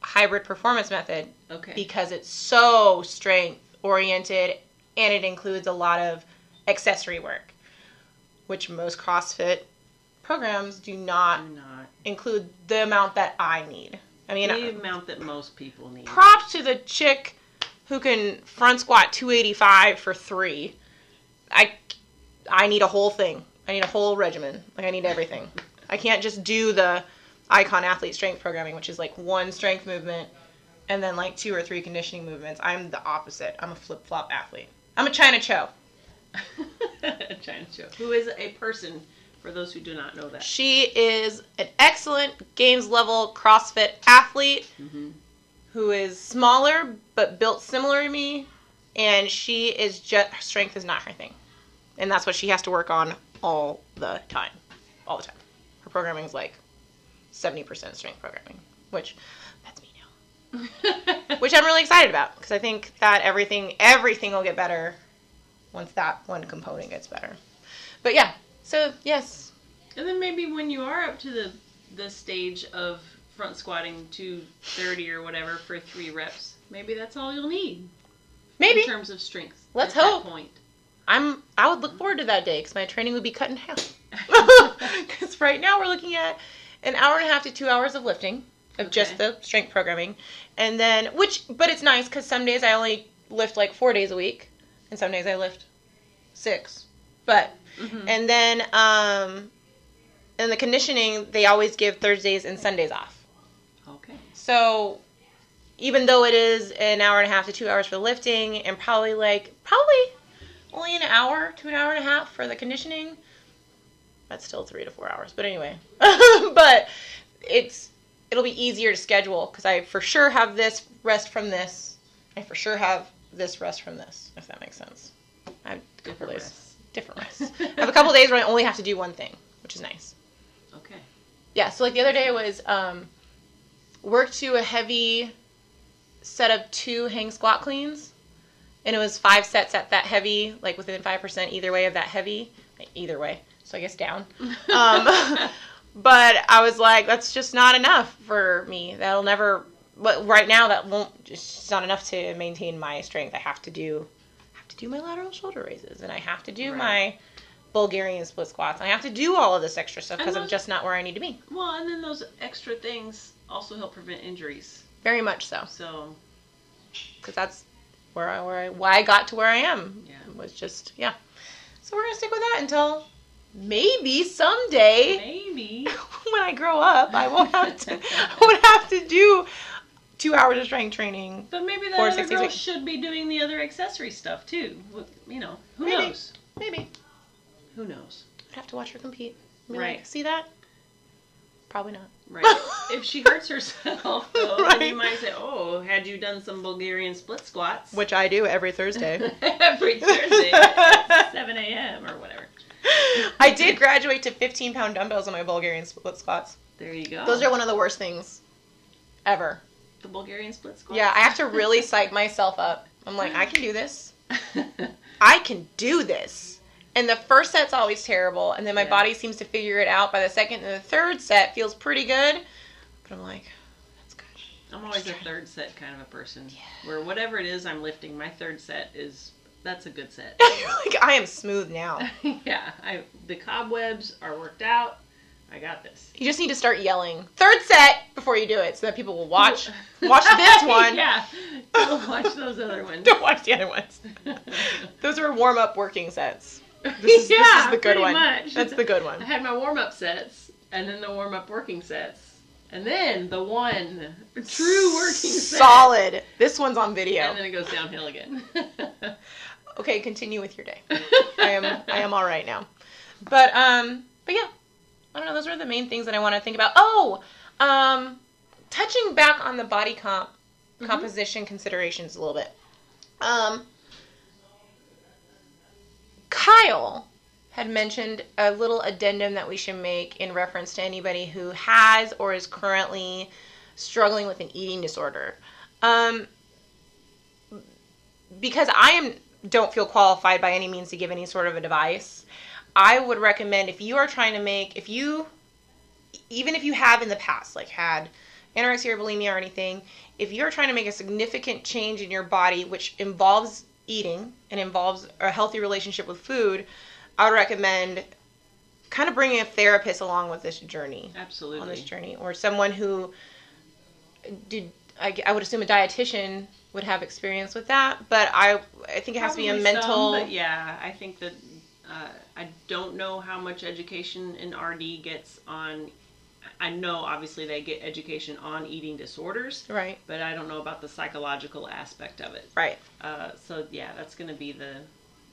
S1: hybrid performance method
S3: okay.
S1: because it's so strength oriented and it includes a lot of accessory work, which most CrossFit programs do not
S3: I'm not
S1: include the amount that I need. I mean,
S3: the amount that most people need.
S1: props to the chick who can front squat 285 for three. I, I need a whole thing. I need a whole regimen. Like I need everything. I can't just do the Icon Athlete Strength Programming, which is like one strength movement and then like two or three conditioning movements. I'm the opposite. I'm a flip flop athlete. I'm a China Cho.
S3: China show. Who is a person? For those who do not know that.
S1: She is an excellent games level CrossFit athlete who is smaller but built similar to me, and she is just her strength is not her thing, and that's what she has to work on all the time, all the time. Her programming is like seventy percent strength programming, which that's me now which I'm really excited about because I think that everything everything will get better once that one component gets better. But yeah, so yes,
S3: and then maybe when you are up to the the stage of front squatting 230 or whatever for three reps, maybe that's all you'll need
S1: maybe
S3: in terms of strength.
S1: Let's
S3: at that
S1: hope.
S3: point.
S1: I'm I would look forward to that day because my training would be cut in half. Because right now we're looking at an hour and a half to two hours of lifting of just
S3: Okay.
S1: the strength programming, and then which but it's nice because some days I only lift like four days a week, and some days I lift six. But
S3: Mm-hmm.
S1: and then um, and the conditioning they always give Thursdays and Sundays off.
S3: Okay.
S1: So even though it is an hour and a half to two hours for lifting and probably like probably only an hour to an hour and a half for the conditioning, that's still three to four hours. But anyway, but it's it'll be easier to schedule because I for sure have this rest from this. I for sure have this rest from this. If that makes sense. I have a couple
S3: Different
S1: days
S3: rests.
S1: different rests. I have a couple days where I only have to do one thing, which is nice.
S3: Okay.
S1: Yeah, so like the other day was um, work to a heavy set of two hang squat cleans and it was five sets at that heavy, like within five percent either way of that heavy, either way. So I guess down. Um, but I was like, that's just not enough for me. That'll never. But right now, that won't. It's just not enough to maintain my strength. I have to do, I have to do my lateral shoulder raises, and I have to do
S3: Right.
S1: my Bulgarian split squats. And I have to do all of this extra stuff
S3: And
S1: because I'm
S3: those-
S1: just not where I need to be.
S3: Well, and then those extra things also help prevent injuries.
S1: Very much so,
S3: So
S1: because that's where I where I why I got to where I am
S3: yeah,
S1: was just yeah. So we're gonna stick with that until maybe someday.
S3: maybe.
S1: when I grow up, I won't have to. I won't have to do two hours of strength training.
S3: But maybe that
S1: Four,
S3: other
S1: six,
S3: girl
S1: six.
S3: should be doing the other accessory stuff too. Wh- You know, who
S1: Maybe.
S3: knows?
S1: Maybe
S3: Who knows?
S1: I'd have to watch her compete. Be Like,
S3: Right.
S1: See that? Probably not.
S3: Right. if she hurts herself, though, then
S1: Right.
S3: you might say, "Oh, had you done some Bulgarian split squats
S1: Which I do every Thursday.
S3: every Thursday at 7 a.m. or whatever?"
S1: I did graduate to 15 pound dumbbells on my Bulgarian split squats.
S3: There you go.
S1: Those are one of the worst things ever.
S3: the Bulgarian split squats.
S1: Yeah, I have to really psych myself up. I'm like, I can do this. I can do this. And the first set's always terrible, and then my
S3: Yeah.
S1: body seems to figure it out by the second and the third set feels pretty good. But I'm like, that's good.
S3: I'm always a third set kind of a person. Where whatever it is I'm lifting, my third set is that's a good set.
S1: You're like, I am smooth now.
S3: yeah, I the cobwebs are worked out. I got this.
S1: You just need to start yelling third set before you do it, so that people will watch. Watch this one.
S3: yeah. Don't watch those other ones.
S1: Don't watch the other ones. Those are warm up working sets. This is,
S3: yeah,
S1: this is the good
S3: pretty
S1: one.
S3: Much.
S1: That's the good
S3: I
S1: one.
S3: had my warm up sets and then the warm up working sets. And then the one true working set.
S1: Solid. This one's on video.
S3: And then it goes downhill again.
S1: Okay, continue with your day. I am I am all right now. But um but yeah. I don't know, those were the main things that I want to think about. Oh, um touching back on the body comp
S3: Mhm.
S1: composition considerations a little bit. Um Kyle had mentioned a little addendum that we should make in reference to anybody who has or is currently struggling with an eating disorder. Um because I am don't feel qualified by any means to give any sort of advice. I would recommend if you are trying to make if you even if you have in the past like had anorexia or bulimia or anything, if you're trying to make a significant change in your body which involves eating and involves a healthy relationship with food, I would recommend kind of bringing a therapist along with this journey
S3: Absolutely.
S1: on this journey or someone who did I, I would assume a dietitian would have experience with that but i i think it has to be a
S3: Probably
S1: mental
S3: some, but yeah, I think that uh, I don't know how much education an RD gets on. I know obviously they get education on eating disorders,
S1: right
S3: but I don't know about the psychological aspect of it.
S1: right
S3: Uh, so yeah, that's going to be the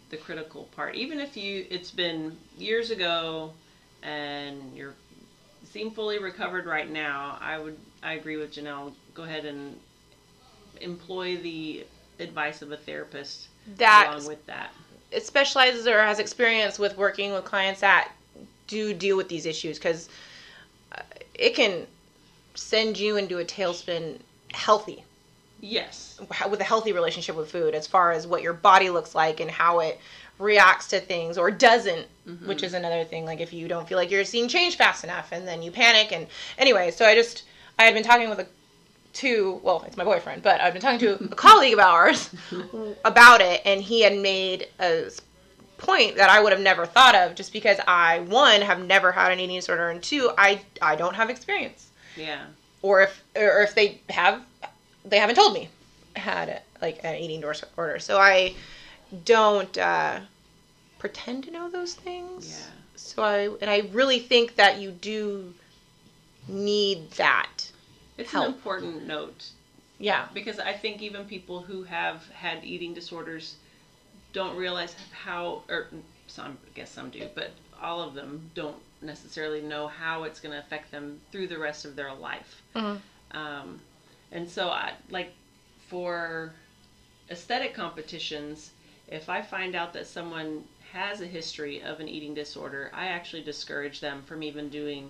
S3: the critical part. Even if you, it's been years ago, and you're seem fully recovered right now. I would, I agree with Janelle. Go ahead and employ the advice of a therapist
S1: that
S3: along with that.
S1: it specializes or has experience with working with clients that do deal with these issues because it can send you into a tailspin healthy
S3: Yes.
S1: with a healthy relationship with food as far as what your body looks like and how it reacts to things or doesn't which is another thing like if you don't feel like you're seeing change fast enough and then you panic and anyway so i just i had been talking with a to well it's my boyfriend but i've been talking to a colleague of ours about it and he had made a s- point that i would have never thought of just because i one have never had an eating disorder and two i i don't have experience
S3: Yeah.
S1: or if or if they have they haven't told me had like an eating disorder so i don't uh, pretend to know those things
S3: Yeah.
S1: so i and i really think that you do need that
S3: It's
S1: Help.
S3: an important note
S1: yeah
S3: because I think even people who have had eating disorders don't realize how, or some, I guess some do, but all of them don't necessarily know how it's going to affect them through the rest of their life.
S1: Mhm.
S3: Um, and so, I like for aesthetic competitions, if I find out that someone has a history of an eating disorder, I actually discourage them from even doing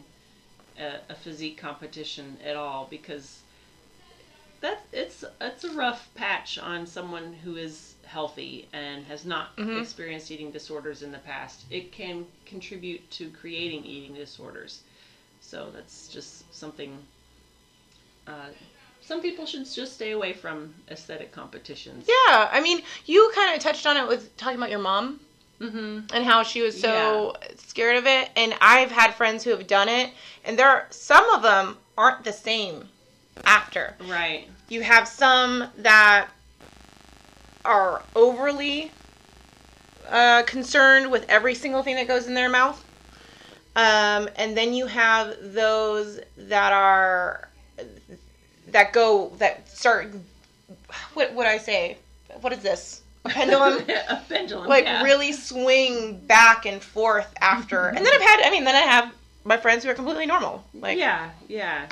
S3: a, a physique competition at all because that's it's it's a rough patch on someone who is healthy and has not
S2: Mhm.
S3: experienced eating disorders in the past, it can contribute to creating eating disorders. So that's just something uh, some people should just stay away from aesthetic competitions.
S1: Yeah, I mean, you kind of touched on it with talking about your mom
S3: Mm-hmm.
S1: and how she was so scared of it. And I've had friends who have done it, and there are some of them aren't the same after.
S3: Right.
S1: You have some that are overly uh, concerned with every single thing that goes in their mouth. Um, and then you have those that are that go that start. What would I say? What is this? A pendulum
S3: a pendulum.
S1: like
S3: yeah.
S1: really swing back and forth after. and then I've had, I mean, then I have my friends who are completely normal. Like,
S3: yeah, yeah.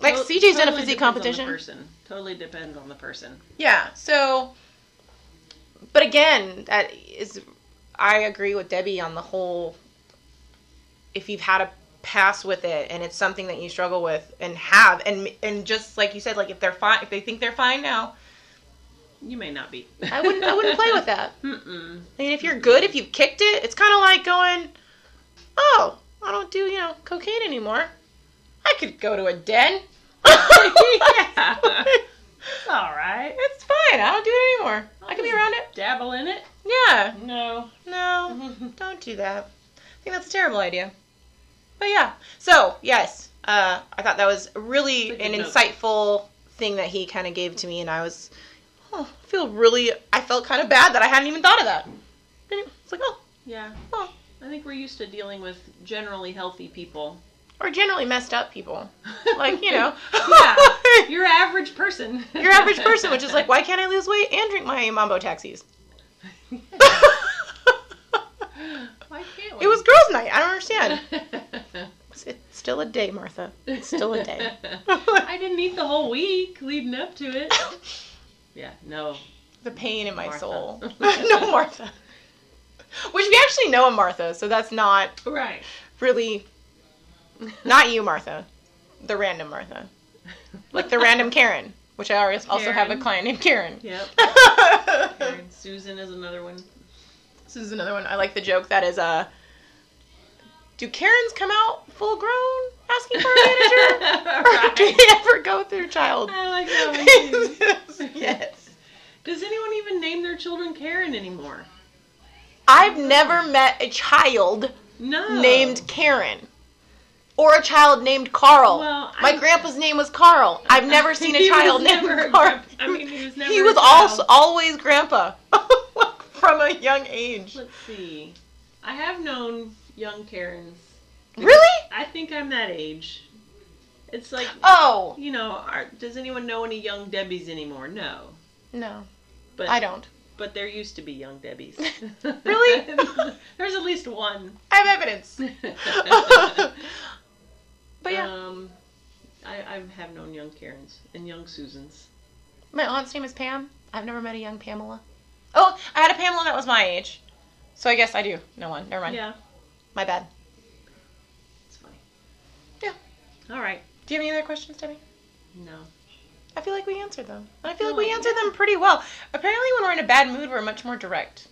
S1: like
S3: To-
S1: CJ's done a
S3: totally
S1: physique
S3: depends on the
S1: competition.
S3: person. Totally depends on the person.
S1: Yeah. So, but again, that is, I agree with Debbie on the whole. If you've had a pass with it and it's something that you struggle with and have, and and just like you said, like if they're fine, if they think they're fine now,
S3: You may not be.
S1: I wouldn't, I wouldn't play with that.
S3: Mm-mm.
S1: I mean, if you're good, if you've kicked it, it's kind of like going, oh, I don't do, you know, cocaine anymore. I could go to a den.
S3: yeah. It's all right.
S1: It's fine. I don't do it anymore. I can be around it.
S3: Dabble in it?
S1: Yeah.
S3: No. Mm-hmm.
S1: No, don't do that. I think that's a terrible idea. But yeah. So, yes, uh, I thought that was really
S3: It's a
S1: an
S3: good note.
S1: insightful thing that he kind of gave to me, and I was, oh, I feel really, I felt kind of bad that I hadn't even thought of that. It's like, oh,
S3: yeah.
S1: well,
S3: I think we're used to dealing with generally healthy people.
S1: or generally messed up people. like you know
S3: yeah. Your average person.
S1: your average person which is like why can't i lose weight and drink my mambo taxis
S3: Why can't we?
S1: it was girls night i don't understand
S3: good.
S1: it's, it's still a day martha it's still a day
S3: I didn't eat the whole week leading up to it. Yeah, no.
S1: the pain in my
S3: Martha.
S1: soul no martha which we actually know a martha so that's not
S3: Right.
S1: really not you martha the random martha like the random karen which i always also have a
S3: Karen.
S1: client named karen
S3: Yep. Karen. Susan is another one.
S1: This is another one. I like the joke that is, uh, do Karens come out full grown asking for a manager? or do
S3: right.
S1: they ever go through child?
S3: I like that one too.
S1: yes.
S3: Does anyone even name their children Karen anymore?
S1: I've never met a child
S3: No.
S1: named Karen. Or a child named Carl.
S3: Well,
S1: My
S3: I-
S1: grandpa's name was Carl. I've never seen a
S3: He was
S1: child named
S3: never a
S1: Carl.
S3: grandpa. I mean, he was never
S1: He
S3: a
S1: was
S3: child.
S1: also always grandpa from a young age.
S3: Let's see. I have known young Karens.
S1: Really?
S3: I think I'm that age. It's like,
S1: Oh
S3: you know, are, does anyone know any young Debbies anymore? No.
S1: no,
S3: But
S1: I don't.
S3: But there used to be young Debbies.
S1: Really?
S3: There's at least one.
S1: I have evidence.
S3: but
S1: yeah,
S3: Um, I, I have known young Karens and young Susans.
S1: my aunt's name is Pam. I've never met a young Pamela. Oh, I had a Pamela that was my age. So I guess I do. No one. Never mind.
S3: Yeah,
S1: My bad.
S3: it's funny.
S1: Yeah.
S3: All right.
S1: Do you have any other questions, Debbie?
S3: No.
S1: I feel like we answered them. I feel like
S3: Oh,
S1: we answered them pretty well. Apparently, when we're in a bad mood, we're much more direct.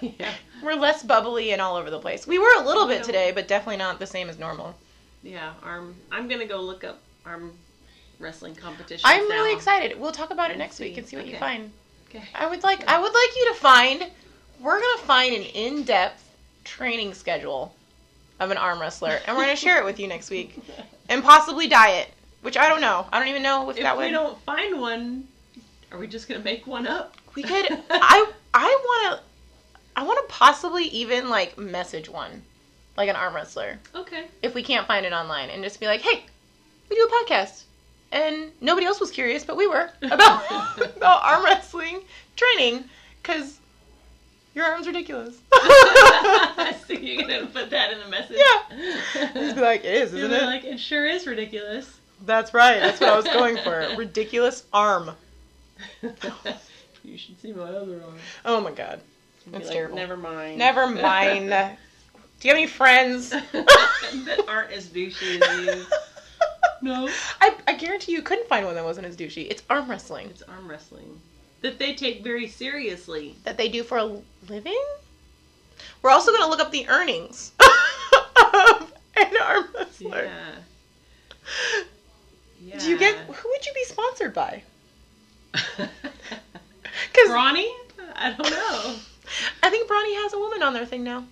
S3: yeah.
S1: We're less bubbly and all over the place. We were a little bit
S3: Yeah.
S1: today, but definitely not the same as normal.
S3: Yeah. Arm. I'm gonna go look up arm wrestling competitions.
S1: I'm
S3: now.
S1: really excited. We'll talk about it next
S3: see.
S1: week and see what you
S3: Okay.
S1: find.
S3: Okay.
S1: I would like I would like you to find we're gonna find an in-depth training schedule of an arm wrestler and we're gonna share it with you next week. And possibly diet, which I don't know. I don't even know if,
S3: If
S1: that
S3: we
S1: would
S3: don't find one, are we just gonna make one up?
S1: we could I I wanna I wanna possibly even like message one. Like an arm wrestler.
S3: Okay.
S1: If we can't find it online and just be like, Hey, we do a podcast and nobody else was curious, but we were about about arm wrestling training because your arm's ridiculous.
S3: so you're gonna put that in a message.
S1: Just
S3: Yeah.
S1: be like, it is,
S3: You're
S1: isn't it?
S3: like it sure is ridiculous.
S1: That's right. That's what I was going for. Ridiculous arm.
S3: you should see my other arm.
S1: Oh my god.
S3: You'd be
S1: That's
S3: like,
S1: terrible.
S3: Never mind.
S1: Never mind. Do you have any friends?
S3: that aren't as douchey as you. No.
S1: I, I guarantee you couldn't find one that wasn't as douchey. It's arm wrestling.
S3: It's arm wrestling. that they take very seriously.
S1: that they do for a living. We're also going to look up the earnings of an arm wrestler.
S3: Yeah. yeah.
S1: Do you get who would you be sponsored by? Because
S3: Brawny? I don't know.
S1: I think Brawny has a woman on their thing now.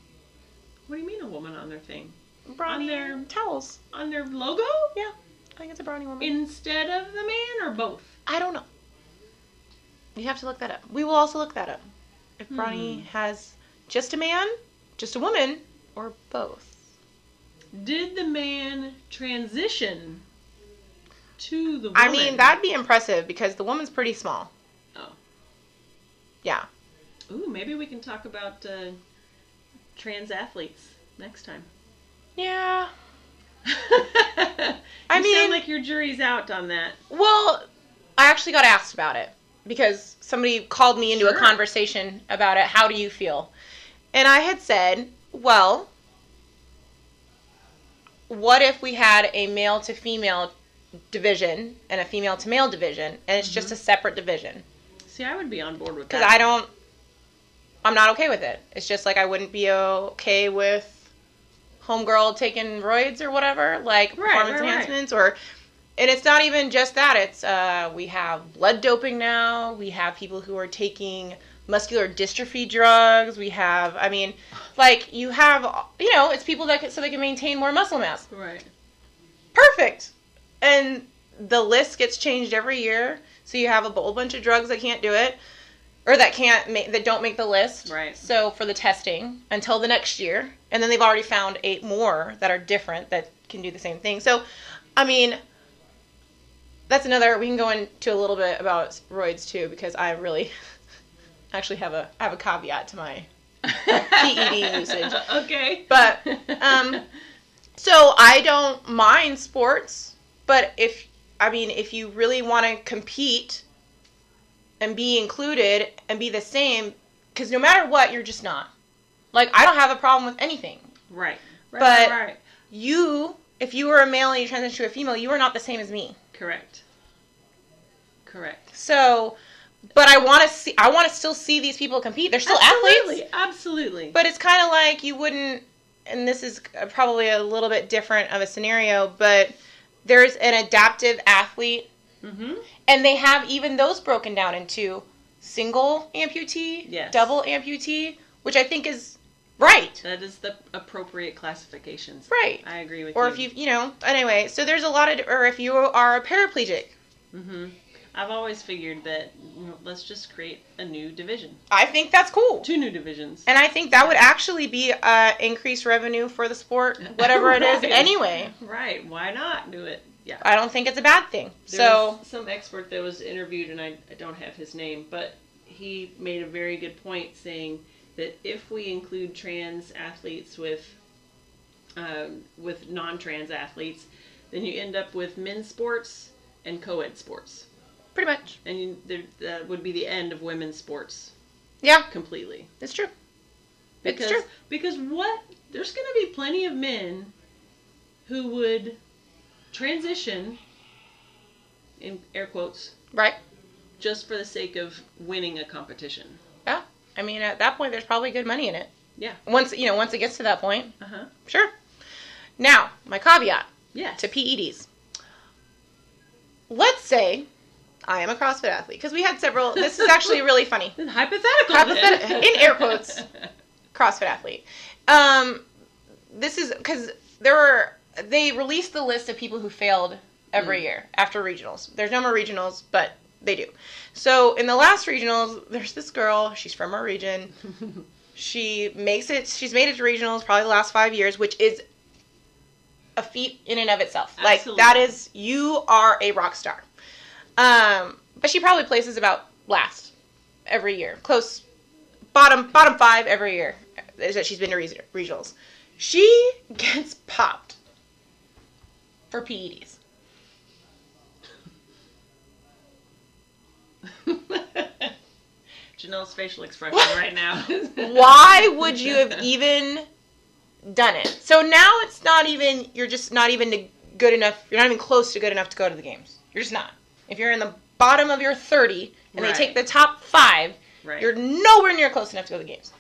S3: What do you mean a woman on their thing?
S1: Brawny
S3: their-
S1: towels.
S3: On their logo?
S1: Yeah, I think it's a Brawny woman.
S3: Instead of the man or both?
S1: I don't know. You have to look that up. We will also look that up. If Brawny
S3: Hmm.
S1: has just a man, just a woman, or both.
S3: Did the man transition to the woman?
S1: I mean, that'd be impressive because the woman's pretty small.
S3: Oh.
S1: Yeah.
S3: Ooh, maybe we can talk about uh, trans athletes next time.
S1: Yeah.
S3: I
S1: mean-
S3: sound like your jury's out on that.
S1: Well, I actually got asked about it because somebody called me into a
S3: Sure.
S1: conversation about it. How do you feel? And I had said, well, what if we had a male to female division and a female to male division and it's just a
S3: Mm-hmm.
S1: separate division?
S3: See, I would be on board with
S1: Because
S3: that.
S1: I don't, I'm not okay with it. It's just like I wouldn't be okay with Homegirl taking roids or whatever, like
S3: Right,
S1: performance
S3: right, right.
S1: enhancements or. And it's not even just that. It's uh, we have blood doping now. We have people who are taking muscular dystrophy drugs. We have, I mean, like you have, you know, it's people that can, so they can maintain more muscle mass.
S3: Right.
S1: Perfect. And the list gets changed every year, so you have a whole bunch of drugs that can't do it, or that can't make that don't make the list.
S3: Right.
S1: So for the testing until the next year, and then they've already found eight more that are different that can do the same thing. So, I mean, that's another. We can go into a little bit about roids too, because I really actually have a I have a caveat to my PED E usage.
S3: Okay.
S1: But, um, So I don't mind sports, but if I mean if you really want to compete and be included and be the same cuz no matter what you're just not. Like I don't have a problem with anything.
S3: right. Right.
S1: but-
S3: right.
S1: You if you were a male and you transition to a female, you are not the same as me.
S3: Correct. Correct.
S1: So but I want to see I want to still see these people compete. They're still athletes.
S3: Absolutely. Absolutely.
S1: But it's kind of like you wouldn't, and this is probably a little bit different of a scenario, but there's an adaptive athlete,
S3: mm-hmm.
S1: and they have even those broken down into single amputee,
S3: Yes.
S1: double amputee, which I think is right.
S3: That is the appropriate classifications.
S1: Right.
S3: I agree with
S1: Or
S3: you.
S1: if you, you know, anyway, so there's a lot of, or if you are a paraplegic,
S3: hmm I've always figured that you know, let's just create a new division,
S1: I think that's cool.
S3: two new divisions.
S1: And I think that would actually be uh, increased revenue for the sport, whatever it is,
S3: Right.
S1: anyway.
S3: Right? Why not do it? Yeah.
S1: I don't think it's a bad thing.
S3: There
S1: so,
S3: was some expert that was interviewed, and I, I don't have his name, but he made a very good point saying that if we include trans athletes with um, with non-trans athletes, then you end up with men's sports and co-ed sports,
S1: pretty much.
S3: and you, there, that would be the end of women's sports
S1: Yeah,
S3: completely.
S1: it's true. It's
S3: Because
S1: true.
S3: because what there's going to be plenty of men who would transition in air quotes
S1: Right.
S3: just for the sake of winning a competition.
S1: Yeah. I mean, at that point, there's probably good money in it.
S3: Yeah.
S1: Once you know, once it gets to that point,
S3: Uh huh.
S1: sure. Now, my caveat
S3: Yeah.
S1: to PEDs. Let's say I am a CrossFit athlete because we had several. This is actually really funny.
S3: Then hypothetical.
S1: Hypothet-
S3: then.
S1: in air quotes. CrossFit athlete. Um, this is because there were they released the list of people who failed every year after regionals. There's no more regionals, but they do. So in the last regionals, there's this girl. She's from our region. she makes it. She's made it to regionals probably the last five years, which is a feat in and of itself. Like that
S3: Absolutely.
S1: is you are a rock star. Um, but she probably places about last every year, close bottom bottom five every year is that she's been to reg- regionals. She gets popped for E PEDs.
S3: Janelle's facial expression right now.
S1: Why would you have even done it? So now it's not even you're just not even good enough. You're not even close to good enough to go to the games. You're just not. If you're in the bottom of your 30 and
S3: Right.
S1: they take the top five,
S3: Right.
S1: you're nowhere near close enough to go to the games.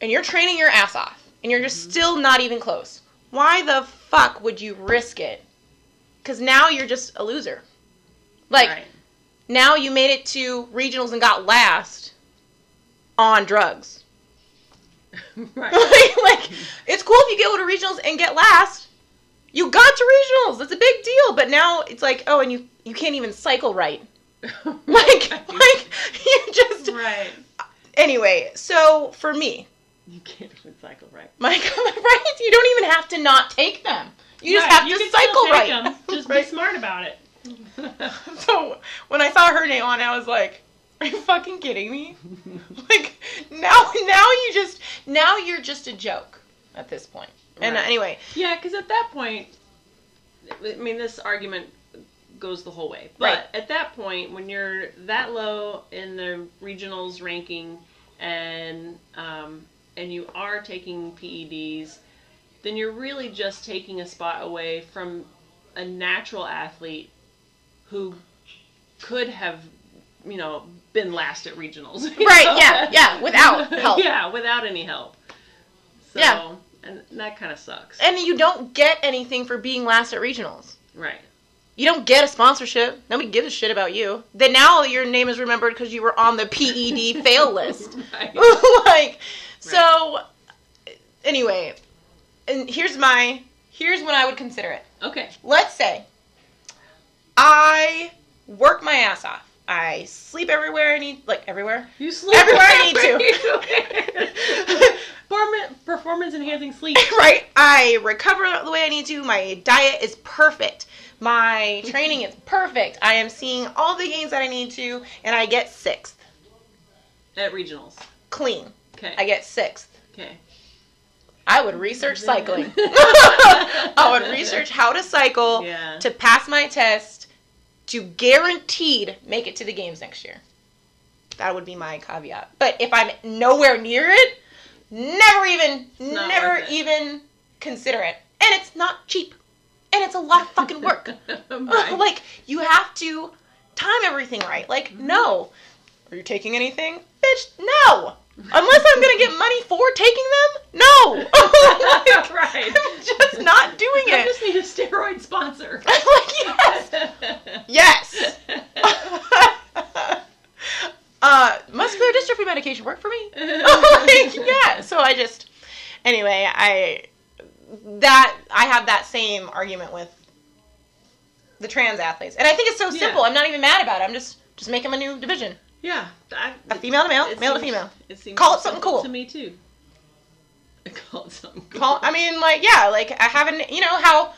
S1: And you're training your ass off, and you're
S3: Mm-hmm.
S1: just still not even close. Why the fuck would you risk it? Because now you're just a loser. Like,
S3: Right.
S1: now you made it to regionals and got last on drugs.
S3: right.
S1: like, like, it's cool if you go to regionals and get last. You got to regionals. That's a big deal. But now it's like, oh, and you you can't even cycle right. Like, like you just
S3: right.
S1: anyway. So for me,
S3: You can't even cycle right.
S1: my right, you don't even have to not take them. You just
S3: Right,
S1: have to
S3: you can still
S1: cycle
S3: take
S1: right.
S3: 'em, Just
S1: Right.
S3: be smart about it.
S1: So when I saw her name on, it, I was like, "Are you fucking kidding me? Like now, now you just now you're just a joke at this point." And uh,
S3: Right.
S1: anyway,
S3: yeah, because at that point, I mean, this argument goes the whole way. But
S1: Right.
S3: at that point, when you're that low in the regionals ranking, and um, and you are taking PEDs, then you're really just taking a spot away from a natural athlete who could have, you know, been last at regionals. you
S1: Right,
S3: know?
S1: yeah, yeah, without help.
S3: yeah, without any help. So,
S1: Yeah.
S3: And that kind of sucks.
S1: and you don't get anything for being last at regionals.
S3: Right.
S1: You don't get a sponsorship. Nobody gives a shit about you. Then now your name is remembered because you were on the PED fail list.
S3: Right.
S1: like, so anyway, and here's my here's when I would consider it.
S3: Okay.
S1: let's say I work my ass off. I sleep everywhere I need, like everywhere.
S3: You sleep
S1: Everywhere I need
S3: to. performance, performance enhancing sleep.
S1: right? I recover the way I need to. My diet is perfect. My training is perfect. I am seeing all the gains that I need to, and I get sixth.
S3: At regionals.
S1: Clean.
S3: Okay.
S1: I get sixth.
S3: okay.
S1: I would research cycling. I would research how to cycle
S3: Yeah.
S1: to pass my test to guaranteed make it to the games next year. That would be my caveat. But if I'm nowhere near it, never even,
S3: not
S1: never
S3: worth it.
S1: even consider it. And it's not cheap. And it's a lot of fucking work.
S3: Right.
S1: like, you have to time everything right. Like,
S3: Mm-hmm.
S1: no. Are you taking anything? Bitch, no. Unless I'm going to get money for taking them? No. Like,
S3: right.
S1: I'm just not doing
S3: I
S1: it.
S3: just need a steroid sponsor.
S1: I'm like, yes. Yes. uh, muscular dystrophy medication worked for me. like, yeah. So I just, anyway, I that I have that same argument with the trans athletes, and I think it's so
S3: Yeah.
S1: simple. I'm not even mad about it. I'm just just make them a new division:
S3: yeah. I,
S1: a female to male,
S3: it
S1: male to
S3: seems-
S1: female.
S3: It seems
S1: Call it something
S3: simple
S1: cool.
S3: To me too. Call it something cool.
S1: Call- I mean, like, yeah, like I haven't, you know how.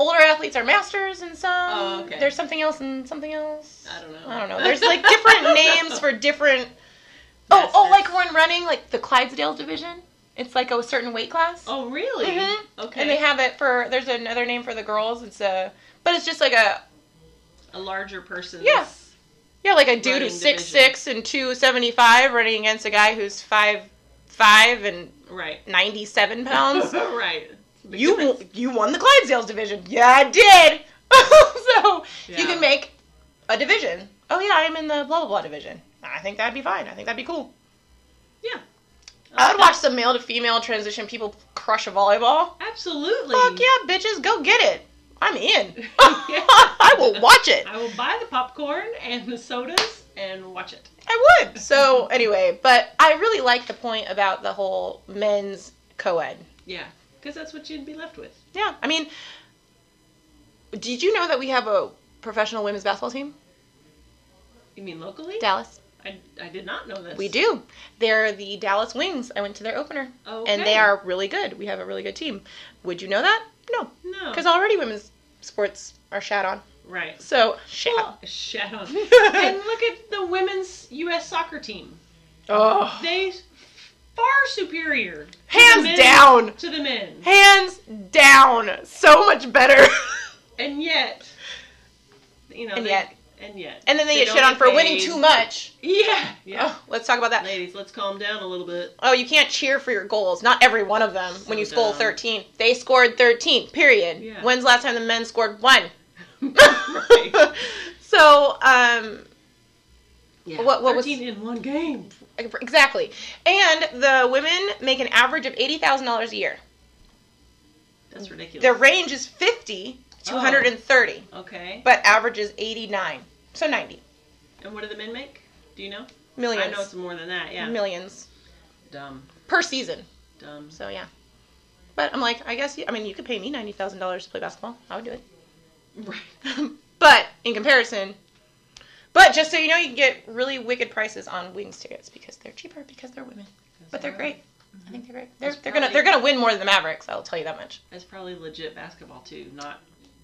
S1: Older athletes are masters in some.
S3: Oh, okay.
S1: There's something else and something else.
S3: I don't know.
S1: I don't know. There's like different names for different. Oh,
S3: Yes,
S1: oh, like
S3: yes.
S1: when running, like the Clydesdale division. It's like a certain weight class.
S3: Oh really?
S1: Mhm.
S3: Okay.
S1: And they have it for. There's another name for the girls. It's a. But it's just like a
S3: a larger person.
S1: Yeah. yeah, like a dude
S3: Running
S1: who's six
S3: division.
S1: six and two seventy five running against a guy who's five five and
S3: Right.
S1: ninety seven pounds.
S3: right. Big
S1: you
S3: difference.
S1: won- you won the Clydesdales division. Yeah, I did. so
S3: Yeah.
S1: you can make a division. Oh yeah, I'm in the blah blah blah division. I think that'd be fine. I think that'd be cool.
S3: Yeah.
S1: I would watch some male to female transition people crush a volleyball.
S3: Absolutely.
S1: Fuck yeah, bitches, go get it. I'm in.
S3: Yeah.
S1: I will watch it.
S3: I will buy the popcorn and the sodas and watch it.
S1: I would. So anyway, but I really like the point about the whole men's co-ed.
S3: Yeah. Because that's what you'd be left with.
S1: Yeah, I mean, did you know that we have a professional women's basketball team?
S3: You mean locally?
S1: Dallas.
S3: I, I did not know this.
S1: We do. They're the Dallas Wings. I went to their opener,
S3: Okay.
S1: and they are really good. We have a really good team. Would you know that? No,
S3: No.
S1: because already women's sports are shat on.
S3: Right.
S1: So shat.
S3: Well, shut up. and look at the women's U.S. soccer team.
S1: Oh,
S3: They far superior. to the
S1: Hands
S3: men-
S1: down.
S3: To the men.
S1: hands down, so much better.
S3: And yet, you know.
S1: And
S3: they-
S1: yet.
S3: And yet.
S1: and then they, get
S3: don't
S1: shit on for winning
S3: paid.
S1: too much.
S3: Yeah. Yeah.
S1: Oh, let's talk about that.
S3: Ladies, let's calm down a little bit.
S1: Oh, you can't cheer for your goals. Not every one of them. when you score
S3: dumb.
S1: 13, they scored 13. Period.
S3: Yeah.
S1: When's the last time the men scored one?
S3: Right.
S1: so, um,
S3: Yeah.
S1: What- what was-
S3: 13 in one game.
S1: exactly. And the women make an average of eighty thousand dollars a year.
S3: That's ridiculous.
S1: Their range is fifty to
S3: Oh.
S1: one hundred and thirty,
S3: okay.
S1: but average is eighty nine, so ninety
S3: And what do the men make? Do you know?
S1: millions,
S3: I know it's more than that. Yeah.
S1: millions
S3: Dumb.
S1: per season.
S3: Dumb.
S1: So yeah. But I'm like, I guess you, I mean you could pay me ninety thousand dollars to play basketball. I would do it.
S3: Right.
S1: but in comparison, but just so you know, you can get really wicked prices on wings tickets because they're cheaper because they're women, but they're great. I think they're great. They're,
S3: That's
S1: they're gonna
S3: probably-
S1: they're gonna win more than the Mavericks. I'll tell you that much.
S3: That's probably legit basketball too, not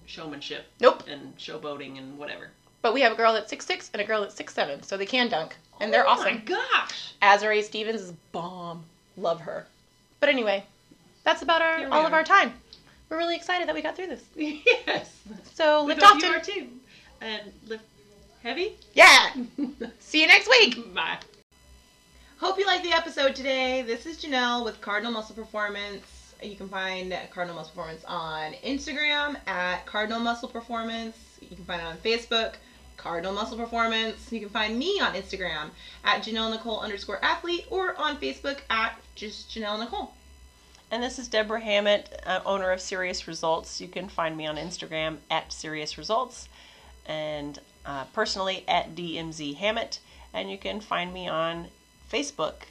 S3: showmanship
S1: Nope.
S3: and showboating and whatever.
S1: But we have a girl that's six six and a girl that's six seven, so they can dunk and they're
S3: oh
S1: awesome.
S3: my gosh.
S1: Azrae Stevens is bomb. Love her. But anyway, that's about
S3: Here
S1: our
S3: we
S1: all of
S3: are.
S1: our time. We're really excited that we got through this.
S3: yes.
S1: So
S3: We
S1: lift
S3: hope you
S1: often.
S3: are too. And lift heavy.
S1: Yeah. See you next week.
S3: Bye.
S1: Hope you liked the episode today. This is Janelle with Cardinal Muscle Performance. You can find Cardinal Muscle Performance on Instagram at Cardinal Muscle Performance. You can find it on Facebook, Cardinal Muscle Performance. You can find me on Instagram at Janelle Nicole underscore athlete or on Facebook at just Janelle Nicole.
S2: And this is Deborah Hammett, uh, owner of Serious Results. You can find me on Instagram at Serious Results and uh, personally at DMZ Hammett. And you can find me on Facebook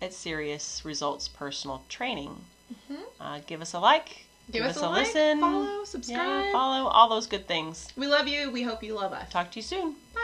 S2: at Serious Results Personal Training.
S1: Mhm.
S2: Uh, give us a like,
S1: Give, us, a,
S2: like, listen,
S1: listen, follow,
S2: yeah,
S1: subscribe.
S2: follow, all those good things.
S1: We love you. We hope you love us.
S2: Talk to you soon.
S1: Bye.